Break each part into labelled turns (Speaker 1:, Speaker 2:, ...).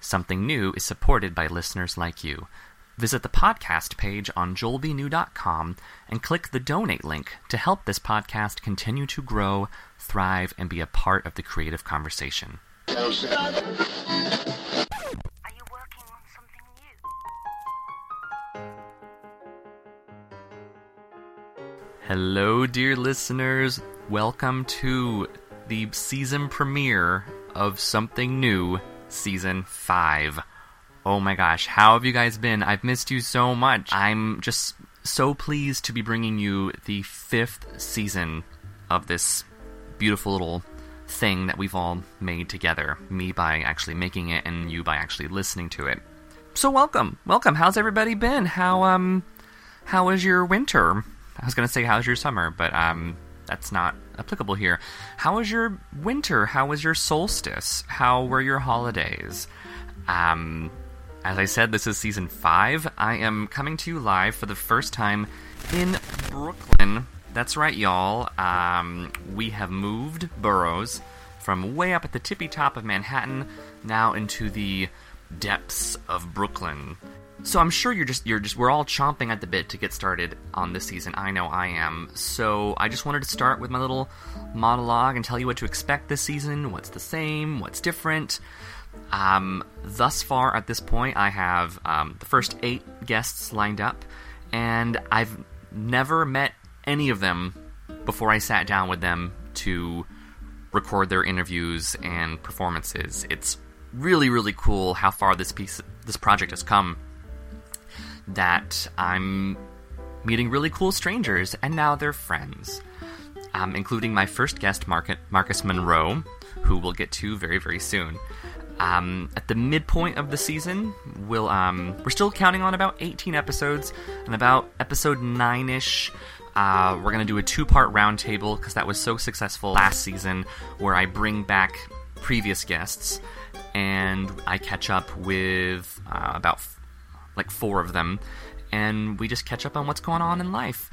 Speaker 1: Something New is supported by listeners like you. Visit the podcast page on joelbnew.com and click the donate link to help this podcast continue to grow, thrive, and be a part of the creative conversation.
Speaker 2: Are you working on something new?
Speaker 1: Hello, dear listeners. Welcome to the season premiere of Something New, Season 5. Oh my gosh, how have you guys been? I've missed you so much. I'm just so pleased to be bringing you the fifth season of this beautiful little thing that we've all made together. Me by actually making it, and you by actually listening to it. So, welcome, welcome. How's everybody been? How, um, how was your winter? I was gonna say how's your summer, but um, that's not applicable here. How was your winter? How was your solstice? How were your holidays? Um, as I said, this is season five. I am coming to you live for the first time in Brooklyn. That's right, y'all. Um, we have moved boroughs from way up at the tippy top of Manhattan now into the depths of Brooklyn. So I'm sure you're just you're just we're all chomping at the bit to get started on this season. I know I am. So I just wanted to start with my little monologue and tell you what to expect this season, what's the same, what's different. Um, thus far at this point, I have um, the first eight guests lined up, and I've never met any of them before I sat down with them to record their interviews and performances. It's really really cool how far this piece this project has come that I'm meeting really cool strangers, and now they're friends, um, including my first guest, Marcus, Marcus Monroe, who we'll get to very, very soon. Um, at the midpoint of the season, we'll, um, we're still counting on about 18 episodes, and about episode 9 ish. Uh, we're going to do a two part roundtable because that was so successful last season, where I bring back previous guests and I catch up with uh, about like four of them, and we just catch up on what's going on in life.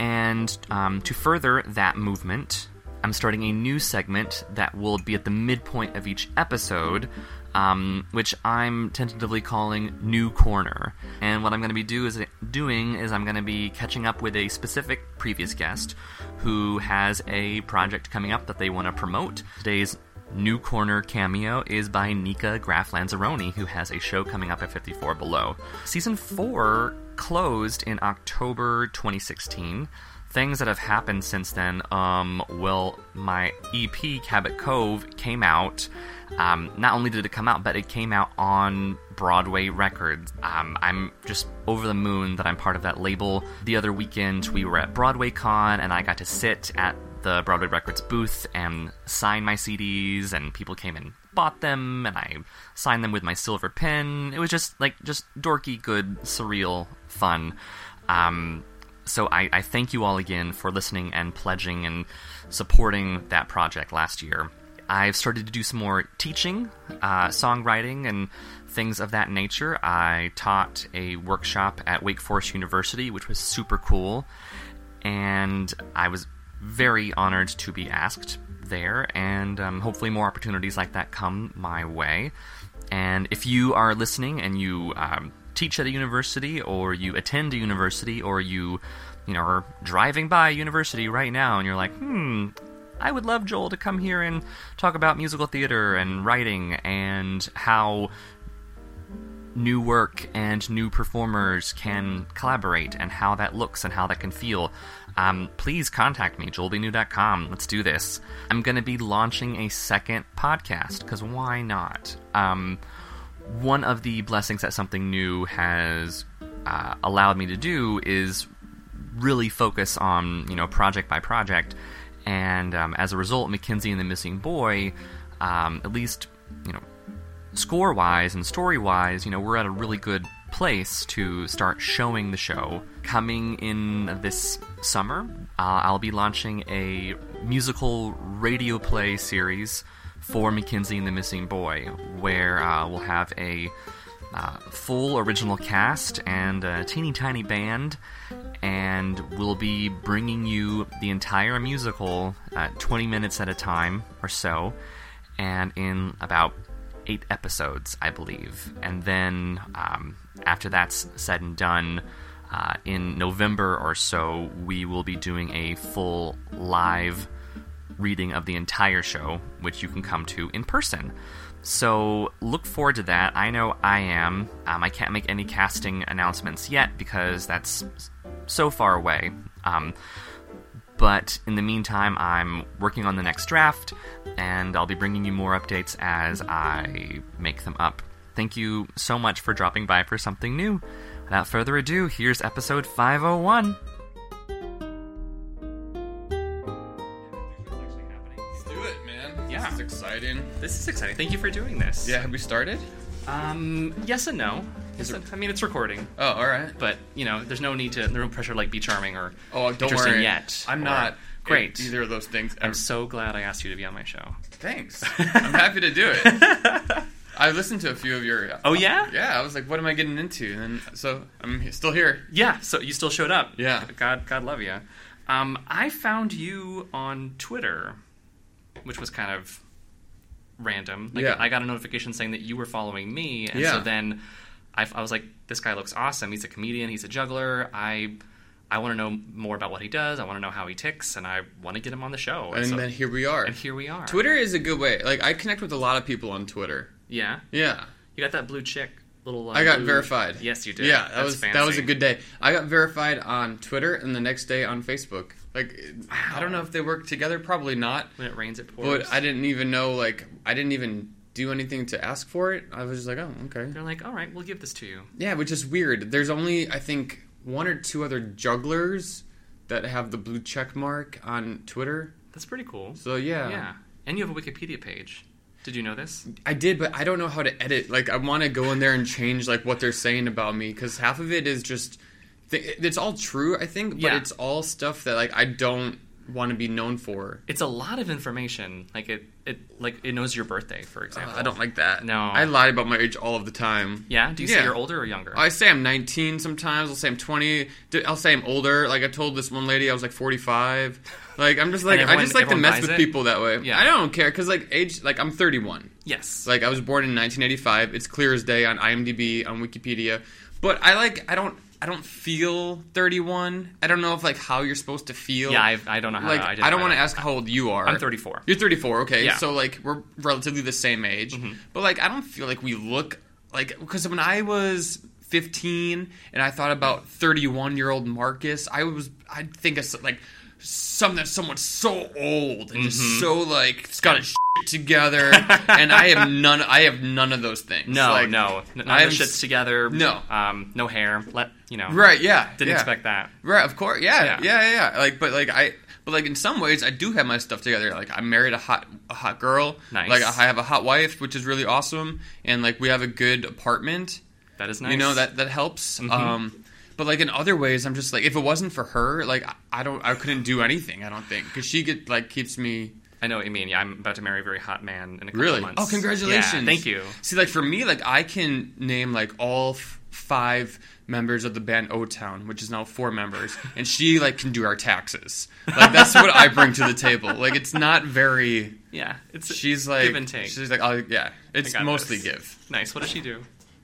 Speaker 1: And um, to further that movement, I'm starting a new segment that will be at the midpoint of each episode, um, which I'm tentatively calling New Corner. And what I'm going to be do is, doing is I'm going to be catching up with a specific previous guest who has a project coming up that they want to promote. Today's New Corner cameo is by Nika Graf Lanzaroni, who has a show coming up at 54 Below. Season 4 closed in October 2016. Things that have happened since then, um, well, my EP, Cabot Cove, came out. Um, not only did it come out, but it came out on Broadway Records. Um, I'm just over the moon that I'm part of that label. The other weekend, we were at Broadway Con, and I got to sit at the Broadway Records booth and sign my CDs, and people came and bought them, and I signed them with my silver pen. It was just like just dorky, good, surreal fun. Um, so I, I thank you all again for listening and pledging and supporting that project last year. I've started to do some more teaching, uh, songwriting, and things of that nature. I taught a workshop at Wake Forest University, which was super cool, and I was very honored to be asked there, and um, hopefully more opportunities like that come my way. And if you are listening and you um, teach at a university, or you attend a university, or you, you know, are driving by a university right now, and you're like, hmm, I would love Joel to come here and talk about musical theater and writing and how new work and new performers can collaborate and how that looks and how that can feel, um, please contact me, joelbnew.com. Let's do this. I'm going to be launching a second podcast because why not? Um, one of the blessings that something new has uh, allowed me to do is really focus on you know project by project, and um, as a result, Mackenzie and the Missing Boy, um, at least you know score wise and story wise, you know, we're at a really good place to start showing the show. Coming in this summer, uh, I'll be launching a musical radio play series for Mackenzie and the Missing Boy, where uh, we'll have a uh, full original cast and a teeny tiny band, and we'll be bringing you the entire musical uh, 20 minutes at a time or so. And in about eight episodes, I believe. And then um, after that's said and done, uh, in November or so, we will be doing a full live reading of the entire show, which you can come to in person. So look forward to that. I know I am. Um, I can't make any casting announcements yet because that's so far away. Um, but in the meantime, I'm working on the next draft, and I'll be bringing you more updates as I make them up. Thank you so much for dropping by for something new. Without further ado, here's episode 501.
Speaker 3: Let's do it, man.
Speaker 1: Yeah.
Speaker 3: This is exciting.
Speaker 1: This is exciting. Thank you for doing this.
Speaker 3: Yeah, have we started?
Speaker 1: Um, yes and no. Yes and- I mean, it's recording,
Speaker 3: Oh, all right.
Speaker 1: but, you know, there's no need to, there's no pressure to, like, be charming or
Speaker 3: Oh, don't
Speaker 1: interesting
Speaker 3: worry.
Speaker 1: yet.
Speaker 3: I'm
Speaker 1: or-
Speaker 3: not
Speaker 1: Great.
Speaker 3: at e- Either of those things.
Speaker 1: I'm so glad I asked you to be on my show.
Speaker 3: Thanks. I'm happy to do it. I listened to a few of your.
Speaker 1: Oh, yeah?
Speaker 3: Yeah, I was like, what am I getting into? And then, so I'm he- still here.
Speaker 1: Yeah, so you still showed up.
Speaker 3: Yeah.
Speaker 1: God, God love you. Um, I found you on Twitter, which was kind of random. Like,
Speaker 3: Yeah.
Speaker 1: I got a notification saying that you were following me, and so
Speaker 3: Yeah.
Speaker 1: then I, I was like, "This guy looks awesome. He's a comedian. He's a juggler. I, I want to know more about what he does. I want to know how he ticks, and I want to get him on the show."
Speaker 3: And
Speaker 1: so,
Speaker 3: then here we are.
Speaker 1: and here we are.
Speaker 3: Twitter is a good way. Like, I connect with a lot of people on Twitter.
Speaker 1: Yeah,
Speaker 3: Yeah.
Speaker 1: you got that blue chick. Little. Uh,
Speaker 3: I got
Speaker 1: blue-
Speaker 3: verified.
Speaker 1: Yes, you did.
Speaker 3: Yeah, that
Speaker 1: That's
Speaker 3: was
Speaker 1: fancy.
Speaker 3: that was a good day. I got verified on Twitter, and the next day on Facebook. Like, I don't know if they work together. Probably not.
Speaker 1: When it rains, it pours.
Speaker 3: But I didn't even know, like, I didn't even do anything to ask for it. I was just like, oh, okay.
Speaker 1: They're like, "All right, we'll give this to you."
Speaker 3: Yeah, which is weird. There's only, I think, one or two other jugglers that have the blue check mark on Twitter.
Speaker 1: That's pretty cool.
Speaker 3: So, yeah.
Speaker 1: Yeah. And you have a Wikipedia page. Did you know this?
Speaker 3: I did, but I don't know how to edit. Like, I want to go in there and change, like, what they're saying about me because half of it is just. Th- it's all true, I think, but
Speaker 1: Yeah.
Speaker 3: it's all stuff that, like, I don't want to be known for.
Speaker 1: It's a lot of information. Like it, it like it knows your birthday, for example.
Speaker 3: I don't like that.
Speaker 1: No.
Speaker 3: I lie about my age all of the time.
Speaker 1: Yeah. Do you say
Speaker 3: Yeah.
Speaker 1: you're older or younger?
Speaker 3: Oh, I say I'm 19 sometimes. I'll say I'm 20. D- I'll say I'm older. Like I told this one lady, I was like 45. Like I'm just like
Speaker 1: everyone-
Speaker 3: I just like to
Speaker 1: everyone
Speaker 3: mess
Speaker 1: buys
Speaker 3: with
Speaker 1: it?
Speaker 3: people that way.
Speaker 1: Yeah.
Speaker 3: I don't care because like age, like I'm 31.
Speaker 1: yes.
Speaker 3: Like I was born in 1985. It's clear as day on IMDb, on Wikipedia. But I like I don't I don't feel 31. I don't know if like how you're supposed to feel.
Speaker 1: yeah. I, I don't know how.
Speaker 3: like
Speaker 1: to
Speaker 3: I
Speaker 1: identify
Speaker 3: don't want to
Speaker 1: that.
Speaker 3: ask how old you are.
Speaker 1: I'm 34.
Speaker 3: You're 34, okay.
Speaker 1: Yeah. Mm-hmm.
Speaker 3: So like we're relatively the same age, but like I don't feel like we look like because when I was 15 and I thought about 31 year old Marcus, I was I think it's like something someone so old and
Speaker 1: Mm-hmm.
Speaker 3: just so like it's got his shit together, and I have none. I have none of those things.
Speaker 1: No,
Speaker 3: Like,
Speaker 1: no. N- None
Speaker 3: I'm
Speaker 1: of the shits
Speaker 3: s-
Speaker 1: together.
Speaker 3: No.
Speaker 1: Um. No hair. Let you know.
Speaker 3: Right? Yeah.
Speaker 1: Didn't
Speaker 3: yeah.
Speaker 1: expect that.
Speaker 3: Right, of course. Yeah,
Speaker 1: Yeah.
Speaker 3: yeah, yeah, yeah. Like, but like I, but like in some ways, I do have my stuff together. Like, I married a hot, a hot girl.
Speaker 1: Nice.
Speaker 3: Like, I have a hot wife, which is really awesome. And like, we have a good apartment.
Speaker 1: That is nice. Mm-hmm.
Speaker 3: You know that that helps. Um, but like in other ways, I'm just like, if it wasn't for her, like I, I don't, I couldn't do anything. I don't think because she get like keeps me
Speaker 1: I know what you mean. Yeah. I'm about to marry a very hot man in a couple
Speaker 3: really.
Speaker 1: months.
Speaker 3: Oh, congratulations!
Speaker 1: Yeah, thank you.
Speaker 3: See, like for me, like I can name like all f- five members of the band O Town, which is now four members, and she like can do our taxes. Like that's what I bring to the table. Like it's not very.
Speaker 1: Yeah. It's
Speaker 3: She's like
Speaker 1: give and take.
Speaker 3: She's like, oh yeah, it's
Speaker 1: got
Speaker 3: mostly
Speaker 1: this.
Speaker 3: give.
Speaker 1: nice. What does she do?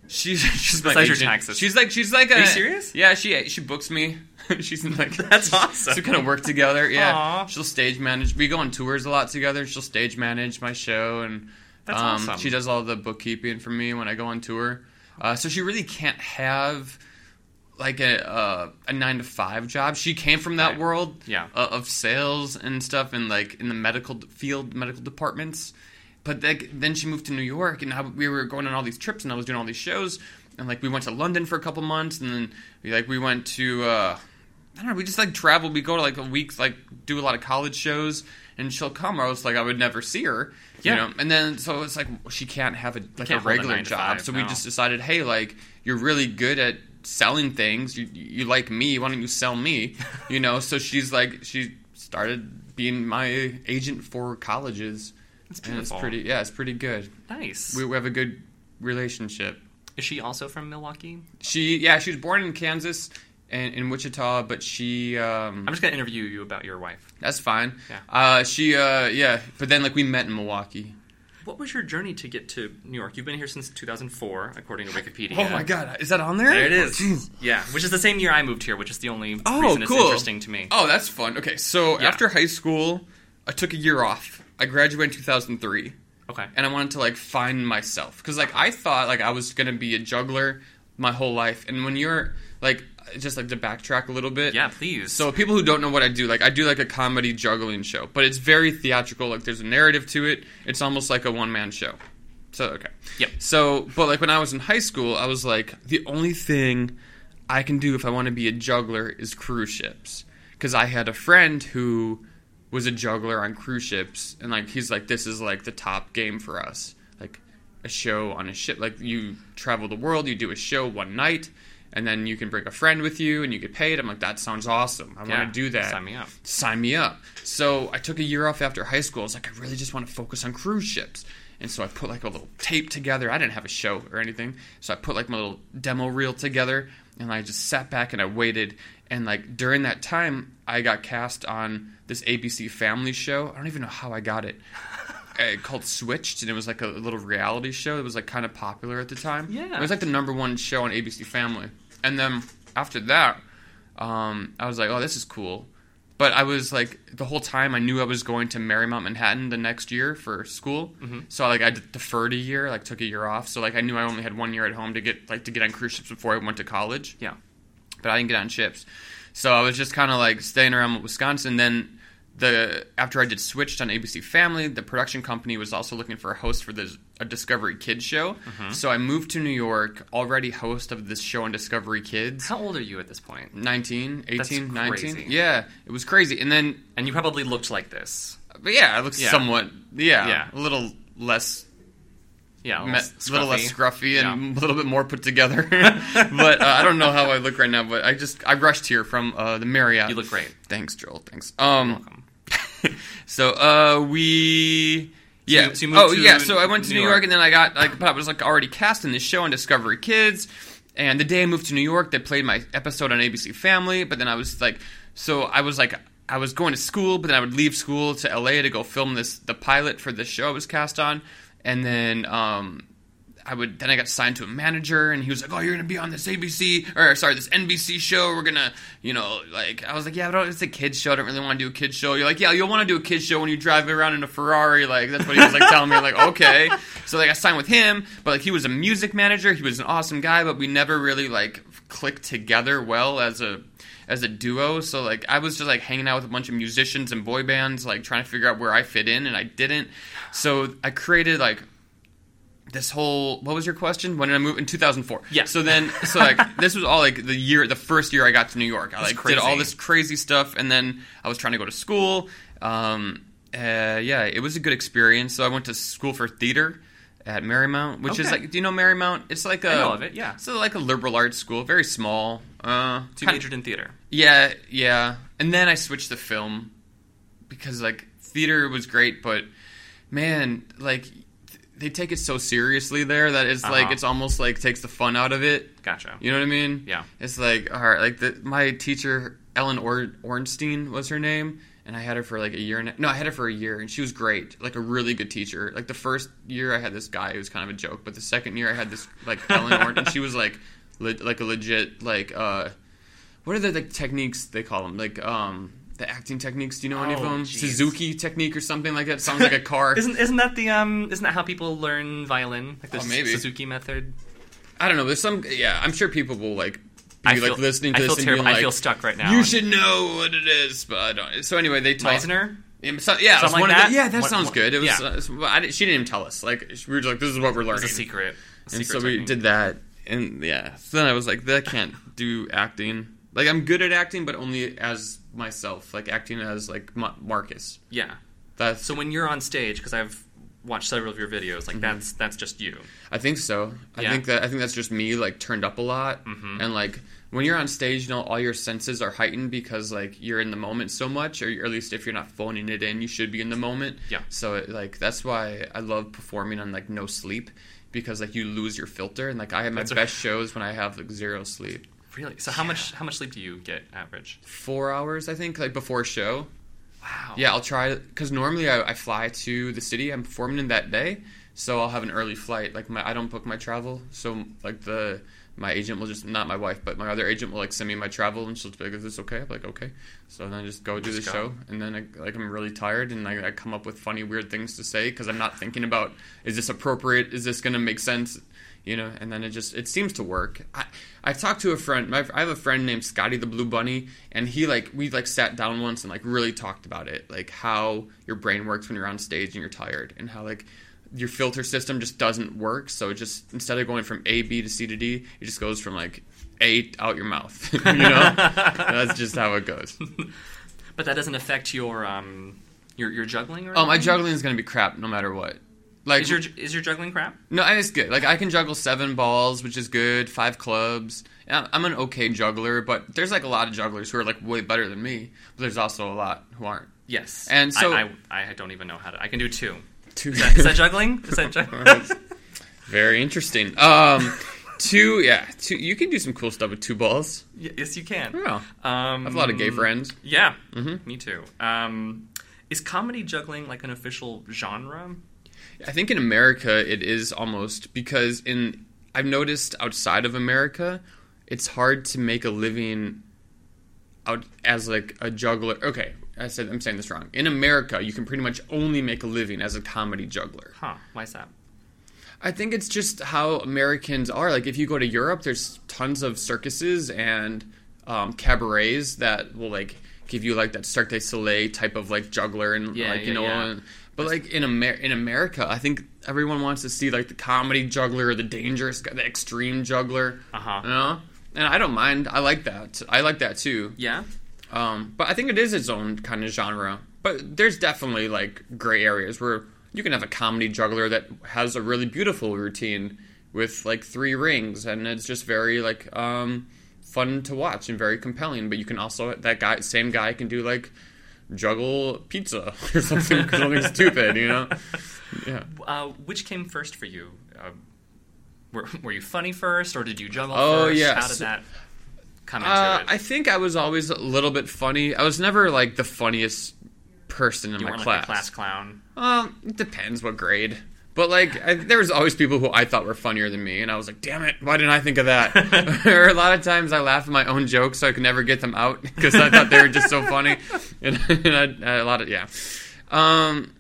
Speaker 3: She's she's my
Speaker 1: Besides your
Speaker 3: agent.
Speaker 1: taxes.
Speaker 3: She's like she's like. Are
Speaker 1: you serious?
Speaker 3: Yeah, she she books me. she's in, like
Speaker 1: That's awesome.
Speaker 3: So we kind of work together. Yeah,
Speaker 1: Aw.
Speaker 3: she'll stage manage. We go on tours a lot together. She'll stage manage my show, and
Speaker 1: That's
Speaker 3: um,
Speaker 1: awesome.
Speaker 3: She does all the bookkeeping for me when I go on tour. Uh, so she really can't have like a uh, a nine to five job. She came from that
Speaker 1: Right.
Speaker 3: world,
Speaker 1: Yeah.
Speaker 3: uh, of sales and stuff, and like in the medical d- field, medical departments. But like, then she moved to New York, and I, we were going on all these trips, and I was doing all these shows, and like we went to London for a couple months, and then we, like we went to uh, I don't know, we just like travel. We go to like a week, like do a lot of college shows, and she'll come. I was like, I would never see her,
Speaker 1: Yeah.
Speaker 3: you know. And then so it's like she can't have a like
Speaker 1: can't
Speaker 3: a
Speaker 1: hold a
Speaker 3: regular
Speaker 1: nine to
Speaker 3: job,
Speaker 1: five,
Speaker 3: so
Speaker 1: no.
Speaker 3: we just decided, hey, like you're really good at selling things. You you like me. Why don't you sell me? You know. so she's like she started being my agent for colleges.
Speaker 1: That's
Speaker 3: And it's
Speaker 1: beautiful.
Speaker 3: pretty. Yeah, it's pretty good.
Speaker 1: Nice.
Speaker 3: We, we have a good relationship.
Speaker 1: Is she also from Milwaukee?
Speaker 3: She yeah, she was born in Kansas and in Wichita, but she um,
Speaker 1: I'm just gonna interview you about your wife.
Speaker 3: that's fine.
Speaker 1: Yeah.
Speaker 3: Uh, she uh, yeah, but then like we met in Milwaukee.
Speaker 1: What was your journey to get to New York? You've been here since 2004, according to Wikipedia.
Speaker 3: Oh my god, is that on there?
Speaker 1: There it is.
Speaker 3: Oh, jeez.
Speaker 1: yeah, which is the same year I moved here, which is the only
Speaker 3: Oh,
Speaker 1: reason
Speaker 3: cool.
Speaker 1: it's interesting to me.
Speaker 3: Oh, that's fun. Okay, so
Speaker 1: Yeah.
Speaker 3: after high school, I took a year off. I graduated in 2003,
Speaker 1: Okay.
Speaker 3: and I wanted to like find myself because like I thought like I was gonna be a juggler my whole life, and when you're like just like to backtrack a little bit,
Speaker 1: yeah, please.
Speaker 3: So people who don't know what I do, like I do like a comedy juggling show, but it's very theatrical. Like there's a narrative to it. It's almost like a one man show. So okay.
Speaker 1: Yep.
Speaker 3: So, but like when I was in high school, I was like, the only thing I can do if I want to be a juggler is cruise ships, because I had a friend who was a juggler on cruise ships, and like he's like, this is like the top game for us. Like a show on a ship. Like you travel the world, you do a show one night, and then you can bring a friend with you, and you get paid. I'm like, that sounds awesome. I
Speaker 1: yeah,
Speaker 3: want to do that
Speaker 1: Sign me up.
Speaker 3: sign me up. So I took a year off after high school. I was like, I really just want to focus on cruise ships. And so I put like a little tape together. I didn't have a show or anything. So I put like my little demo reel together and I just sat back and I waited. And like during that time, I got cast on this ABC family show. I don't even know how I got it. Uh, called Switched, and it was like a little reality show that was like kind of popular at the time.
Speaker 1: Yeah.
Speaker 3: It was like the number one show on ABC Family. And then after that, um, I was like, oh, this is cool. But I was like, the whole time I knew I was going to Marymount Manhattan the next year for school.
Speaker 1: Mm-hmm.
Speaker 3: So like I d- deferred a year, like took a year off. So like I knew I only had one year at home to get like to get on cruise ships before I went to college
Speaker 1: Yeah.
Speaker 3: but I didn't get on ships. So I was just kind of like staying around Wisconsin. Then the after I did switched on ABC Family, the production company was also looking for a host for this a Discovery Kids show.
Speaker 1: Mm-hmm.
Speaker 3: So I moved to New York, already host of this show on Discovery Kids.
Speaker 1: How old are you at this point?
Speaker 3: 19, 18,
Speaker 1: That's
Speaker 3: 19.
Speaker 1: crazy.
Speaker 3: Yeah, it was crazy. And then
Speaker 1: And you probably looked like this.
Speaker 3: but yeah, I looked
Speaker 1: Yeah.
Speaker 3: somewhat yeah,
Speaker 1: Yeah.
Speaker 3: a little less
Speaker 1: Yeah, a
Speaker 3: met,
Speaker 1: little,
Speaker 3: little less
Speaker 1: scruffy.
Speaker 3: scruffy and a little bit more put together. but uh, I don't know how I look right now. But I just I rushed here from uh, the Marriott.
Speaker 1: You look great.
Speaker 3: Thanks, Joel. Thanks. Um, so uh, we yeah.
Speaker 1: you- so you moved
Speaker 3: oh
Speaker 1: to
Speaker 3: yeah. So I went to New,
Speaker 1: New
Speaker 3: York.
Speaker 1: York.
Speaker 3: and then I got like, but I was like already cast in this show on Discovery Kids. And the day I moved to New York, they played my episode on ABC Family. But then I was like, so I was like. I was going to school, but then I would leave school to LA to go film this the pilot for this show I was cast on, and then um, I would then I got signed to a manager and he was like, "Oh, you're gonna be on this ABC or sorry, this NBC show. We're gonna, you know, like." I was like, "Yeah, but it's a kids show. I don't really want to do a kids show." You're like, "Yeah, you'll want to do a kids show when you drive around in a Ferrari." Like that's what he was like telling me. Like, okay, so like I signed with him, but like he was a music manager. He was an awesome guy, but we never really like clicked together well as a as a duo. So like I was just like hanging out with a bunch of musicians and boy bands, like trying to figure out where I fit in, and I didn't. So I created like this whole what was your question when did i move in 2004
Speaker 1: Yeah.
Speaker 3: so then so like this was all like the year the first year i got to new york i like
Speaker 1: crazy.
Speaker 3: did all this crazy stuff and then i was trying to go to school um uh, yeah it was a good experience so i went to school for theater at marymount which is
Speaker 1: Okay.
Speaker 3: like do you know marymount it's like a
Speaker 1: I know of it, yeah.
Speaker 3: it's like a liberal arts school very small uh
Speaker 1: So you
Speaker 3: kind-
Speaker 1: majored in theater.
Speaker 3: yeah, yeah. And then I switched to film because like theater was great, but man, like th- they take it so seriously there that it's like
Speaker 1: Uh-huh.
Speaker 3: it's almost like takes the fun out of it.
Speaker 1: Gotcha.
Speaker 3: You know what I mean?
Speaker 1: Yeah.
Speaker 3: It's like all right, like the, my teacher Ellen or- Ornstein was her name, and I had her for like a year. And a, no, I had her for a year, and she was great, like a really good teacher. Like the first year, I had this guy who was kind of a joke, but the second year, I had this like Ellen Orn, and she was like, le- like a legit like uh, what are the like techniques they call them? Like um. The acting techniques, do you know any of
Speaker 1: Oh,
Speaker 3: them?
Speaker 1: jeez.
Speaker 3: Suzuki technique or something like that. Sounds like a car.
Speaker 1: Isn't isn't that the um isn't that how people learn violin like the
Speaker 3: Oh, maybe.
Speaker 1: Suzuki method?
Speaker 3: I don't know. There's some. Yeah, I'm sure people will like be
Speaker 1: I
Speaker 3: like
Speaker 1: feel-
Speaker 3: listening to
Speaker 1: I
Speaker 3: this
Speaker 1: feel
Speaker 3: and
Speaker 1: terrible.
Speaker 3: being like,
Speaker 1: I feel stuck right now.
Speaker 3: You should know what it is, but I don't. So anyway, they taught.
Speaker 1: Meisner.
Speaker 3: Yeah, so- yeah, it was
Speaker 1: Something
Speaker 3: one
Speaker 1: like
Speaker 3: of the-
Speaker 1: that?
Speaker 3: yeah, that
Speaker 1: What-
Speaker 3: sounds
Speaker 1: what-
Speaker 3: good. It was.
Speaker 1: yeah.
Speaker 3: uh, it's- well, I didn't- she didn't even tell us. Like we were just like, this is what we're learning.
Speaker 1: It's a secret. a
Speaker 3: And so
Speaker 1: secret
Speaker 3: we
Speaker 1: technique.
Speaker 3: did that, and yeah. So then I was like, that can't do acting. Like I'm good at acting, but only as myself. Like acting as like Ma- Marcus.
Speaker 1: Yeah.
Speaker 3: That's.
Speaker 1: So when you're on stage, because I've watched several of your videos, like
Speaker 3: Mm-hmm.
Speaker 1: that's that's just you.
Speaker 3: I think so. I
Speaker 1: Yeah. Mm-hmm.
Speaker 3: think that I think that's just me like turned up a lot and like when you're on stage, you know, all your senses are heightened because like you're in the moment so much, or at least if you're not phoning it in, you should be in the moment.
Speaker 1: Yeah.
Speaker 3: So it, like that's why I love performing on like no sleep because like you lose your filter and like I have my
Speaker 1: That's a-
Speaker 3: best shows when I have like zero sleep,
Speaker 1: Really? So how much how much sleep do you get average?
Speaker 3: four hours I think like before show.
Speaker 1: Wow.
Speaker 3: Yeah, I'll try because normally I, I fly to the city I'm performing in that day, so I'll have an early flight. Like my, I don't book my travel, so like the my agent will just not my wife, but my other agent will like send me my travel and she'll just be like, "Is this okay?" I'm like, "Okay." So then I just go do
Speaker 1: Just go.
Speaker 3: the show, and then I, like I'm really tired, and I, I come up with funny, weird things to say because I'm not thinking about is this appropriate? Is this gonna make sense? You know, and then it just it seems to work. I I've talked to a friend. My, I have a friend named Scotty the Blue Bunny, and he like we like sat down once and like really talked about it, like how your brain works when you're on stage and you're tired, and how like your filter system just doesn't work. So it just instead of going from A B to C to D, it just goes from like A out your mouth. you know, that's just how it goes.
Speaker 1: But that doesn't affect your um your your juggling or
Speaker 3: Oh, my
Speaker 1: anything?
Speaker 3: juggling is gonna be crap no matter what. Like
Speaker 1: Is your is your juggling crap?
Speaker 3: no, and it's good. Like I can juggle seven balls, which is good. Five clubs. And I'm I'm an okay juggler, but there's like a lot of jugglers who are like way better than me. But there's also a lot who aren't.
Speaker 1: Yes.
Speaker 3: And so-
Speaker 1: I, I, I don't even know how to. I can do two.
Speaker 3: Two.
Speaker 1: Is that, is that juggling? Is that juggling?
Speaker 3: Very interesting. Um, two. Yeah, two. You can do some cool stuff with two balls.
Speaker 1: Y- yes, you can.
Speaker 3: Yeah.
Speaker 1: Um,
Speaker 3: I have a lot of gay friends. Mm-hmm.
Speaker 1: Yeah. Me too. Um, is comedy juggling like an official genre?
Speaker 3: I think in America it is almost because in I've noticed outside of America, it's hard to make a living out as like a juggler. Okay, I said I'm saying this wrong. In America, you can pretty much only make a living as a comedy juggler.
Speaker 1: Huh. Why is that?
Speaker 3: I think it's just how Americans are. Like if you go to Europe, there's tons of circuses and um, cabarets that will like give you like that Cirque du Soleil type of like juggler and
Speaker 1: Yeah,
Speaker 3: like you
Speaker 1: yeah,
Speaker 3: know.
Speaker 1: yeah.
Speaker 3: And, but like in Amer- in America, I think everyone wants to see like the comedy juggler, or the dangerous, guy, the extreme juggler.
Speaker 1: Uh-huh.
Speaker 3: You know? And I don't mind. I like that. I like that too.
Speaker 1: Yeah.
Speaker 3: Um, but I think it is its own kind of genre. But there's definitely like gray areas where you can have a comedy juggler that has a really beautiful routine with like three rings, and it's just very like um, fun to watch and very compelling. But you can also that guy, same guy, can do like juggle pizza or something, something stupid, you know? Yeah.
Speaker 1: Uh, which came first for you? Uh, were, were you funny first, or did you juggle
Speaker 3: Oh,
Speaker 1: first?
Speaker 3: yeah,
Speaker 1: How did
Speaker 3: so-
Speaker 1: that come into
Speaker 3: Uh,
Speaker 1: it?
Speaker 3: I think I was always a little bit funny. I was never like the funniest person in
Speaker 1: you
Speaker 3: my
Speaker 1: weren't like a class clown.
Speaker 3: Um, it depends what grade. But like, I, there was always people who I thought were funnier than me, and I was like, "Damn it, why didn't I think of that?" or a lot of times I laugh at my own jokes, so I could never get them out because I thought they were just so funny. And, and I, a lot of yeah, um,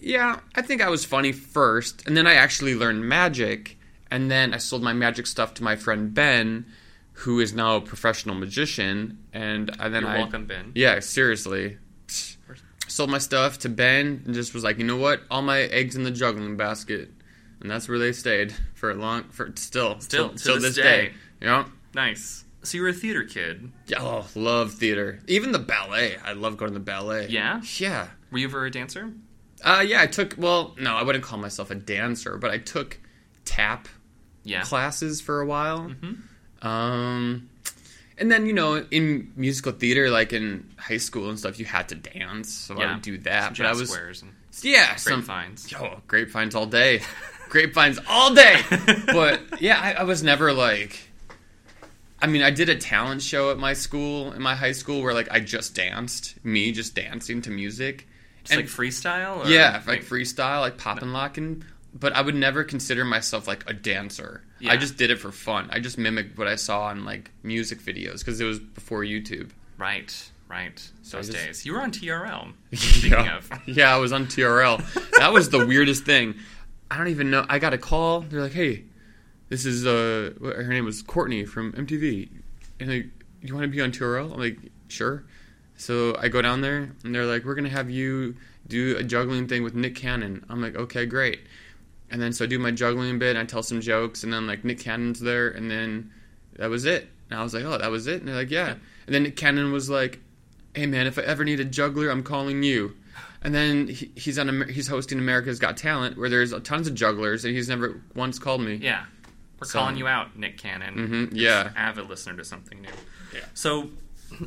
Speaker 3: yeah, I think I was funny first, and then I actually learned magic, and then I sold my magic stuff to my friend Ben, who is now a professional magician, and, and then
Speaker 1: You're
Speaker 3: I
Speaker 1: welcome, Ben.
Speaker 3: yeah, seriously. Sold my stuff to Ben and just was like, you know what? All my eggs in the juggling basket. And that's where they stayed for a long for still
Speaker 1: Still, to
Speaker 3: till
Speaker 1: this day.
Speaker 3: Yeah.
Speaker 1: Nice. So you were a theater kid.
Speaker 3: Yeah, Oh, love theater. Even the ballet. I love going to the ballet.
Speaker 1: Yeah?
Speaker 3: Yeah.
Speaker 1: Were you ever a dancer?
Speaker 3: Uh yeah, I took well, no, I wouldn't call myself a dancer, but I took tap
Speaker 1: Yeah. Mm-hmm.
Speaker 3: classes for a while. Um, and then you know, in musical theater, like in high school and stuff, you had to dance, so I
Speaker 1: Yeah.
Speaker 3: would do that.
Speaker 1: Some
Speaker 3: but I
Speaker 1: jazz
Speaker 3: was
Speaker 1: squares and
Speaker 3: yeah,
Speaker 1: some
Speaker 3: some
Speaker 1: fines.
Speaker 3: yo Oh, grapevines all day, grapevines all day. but yeah, I, I was never like. I mean, I did a talent show at my school, in my high school, where like I just danced, me just dancing to music,
Speaker 1: Just like freestyle? Or
Speaker 3: yeah, like freestyle, like pop and locking. But I would never consider myself like a dancer.
Speaker 1: Yeah.
Speaker 3: I just did it for fun. I just mimicked what I saw in like music videos because it was before YouTube.
Speaker 1: Right, right.
Speaker 3: I
Speaker 1: Those
Speaker 3: just-
Speaker 1: days. You were on TRL. Speaking
Speaker 3: yeah.
Speaker 1: of.
Speaker 3: yeah, I was on TRL. that was the weirdest thing. I don't even know. I got a call. They're like, "Hey, this is uh, what- her name was Courtney from MTV, and like, you want to be on TRL?" I'm like, "Sure." So I go down there, and they're like, "We're gonna have you do a juggling thing with Nick Cannon." I'm like, "Okay, great." And then so I do my juggling bit, and I tell some jokes, and then like Nick Cannon's there, and then that was it. And I was like, "Oh, that was it." And they're like, "Yeah." And then Nick Cannon was like, "Hey man, if I ever need a juggler, I'm calling you." And then he, he's on Amer- he's hosting America's Got Talent, where there's tons of jugglers, and he's never once called me.
Speaker 1: Yeah. We're
Speaker 3: So-
Speaker 1: calling you out, Nick Cannon.
Speaker 3: Mhm, yeah.
Speaker 1: Avid listener to something new.
Speaker 3: Yeah.
Speaker 1: So,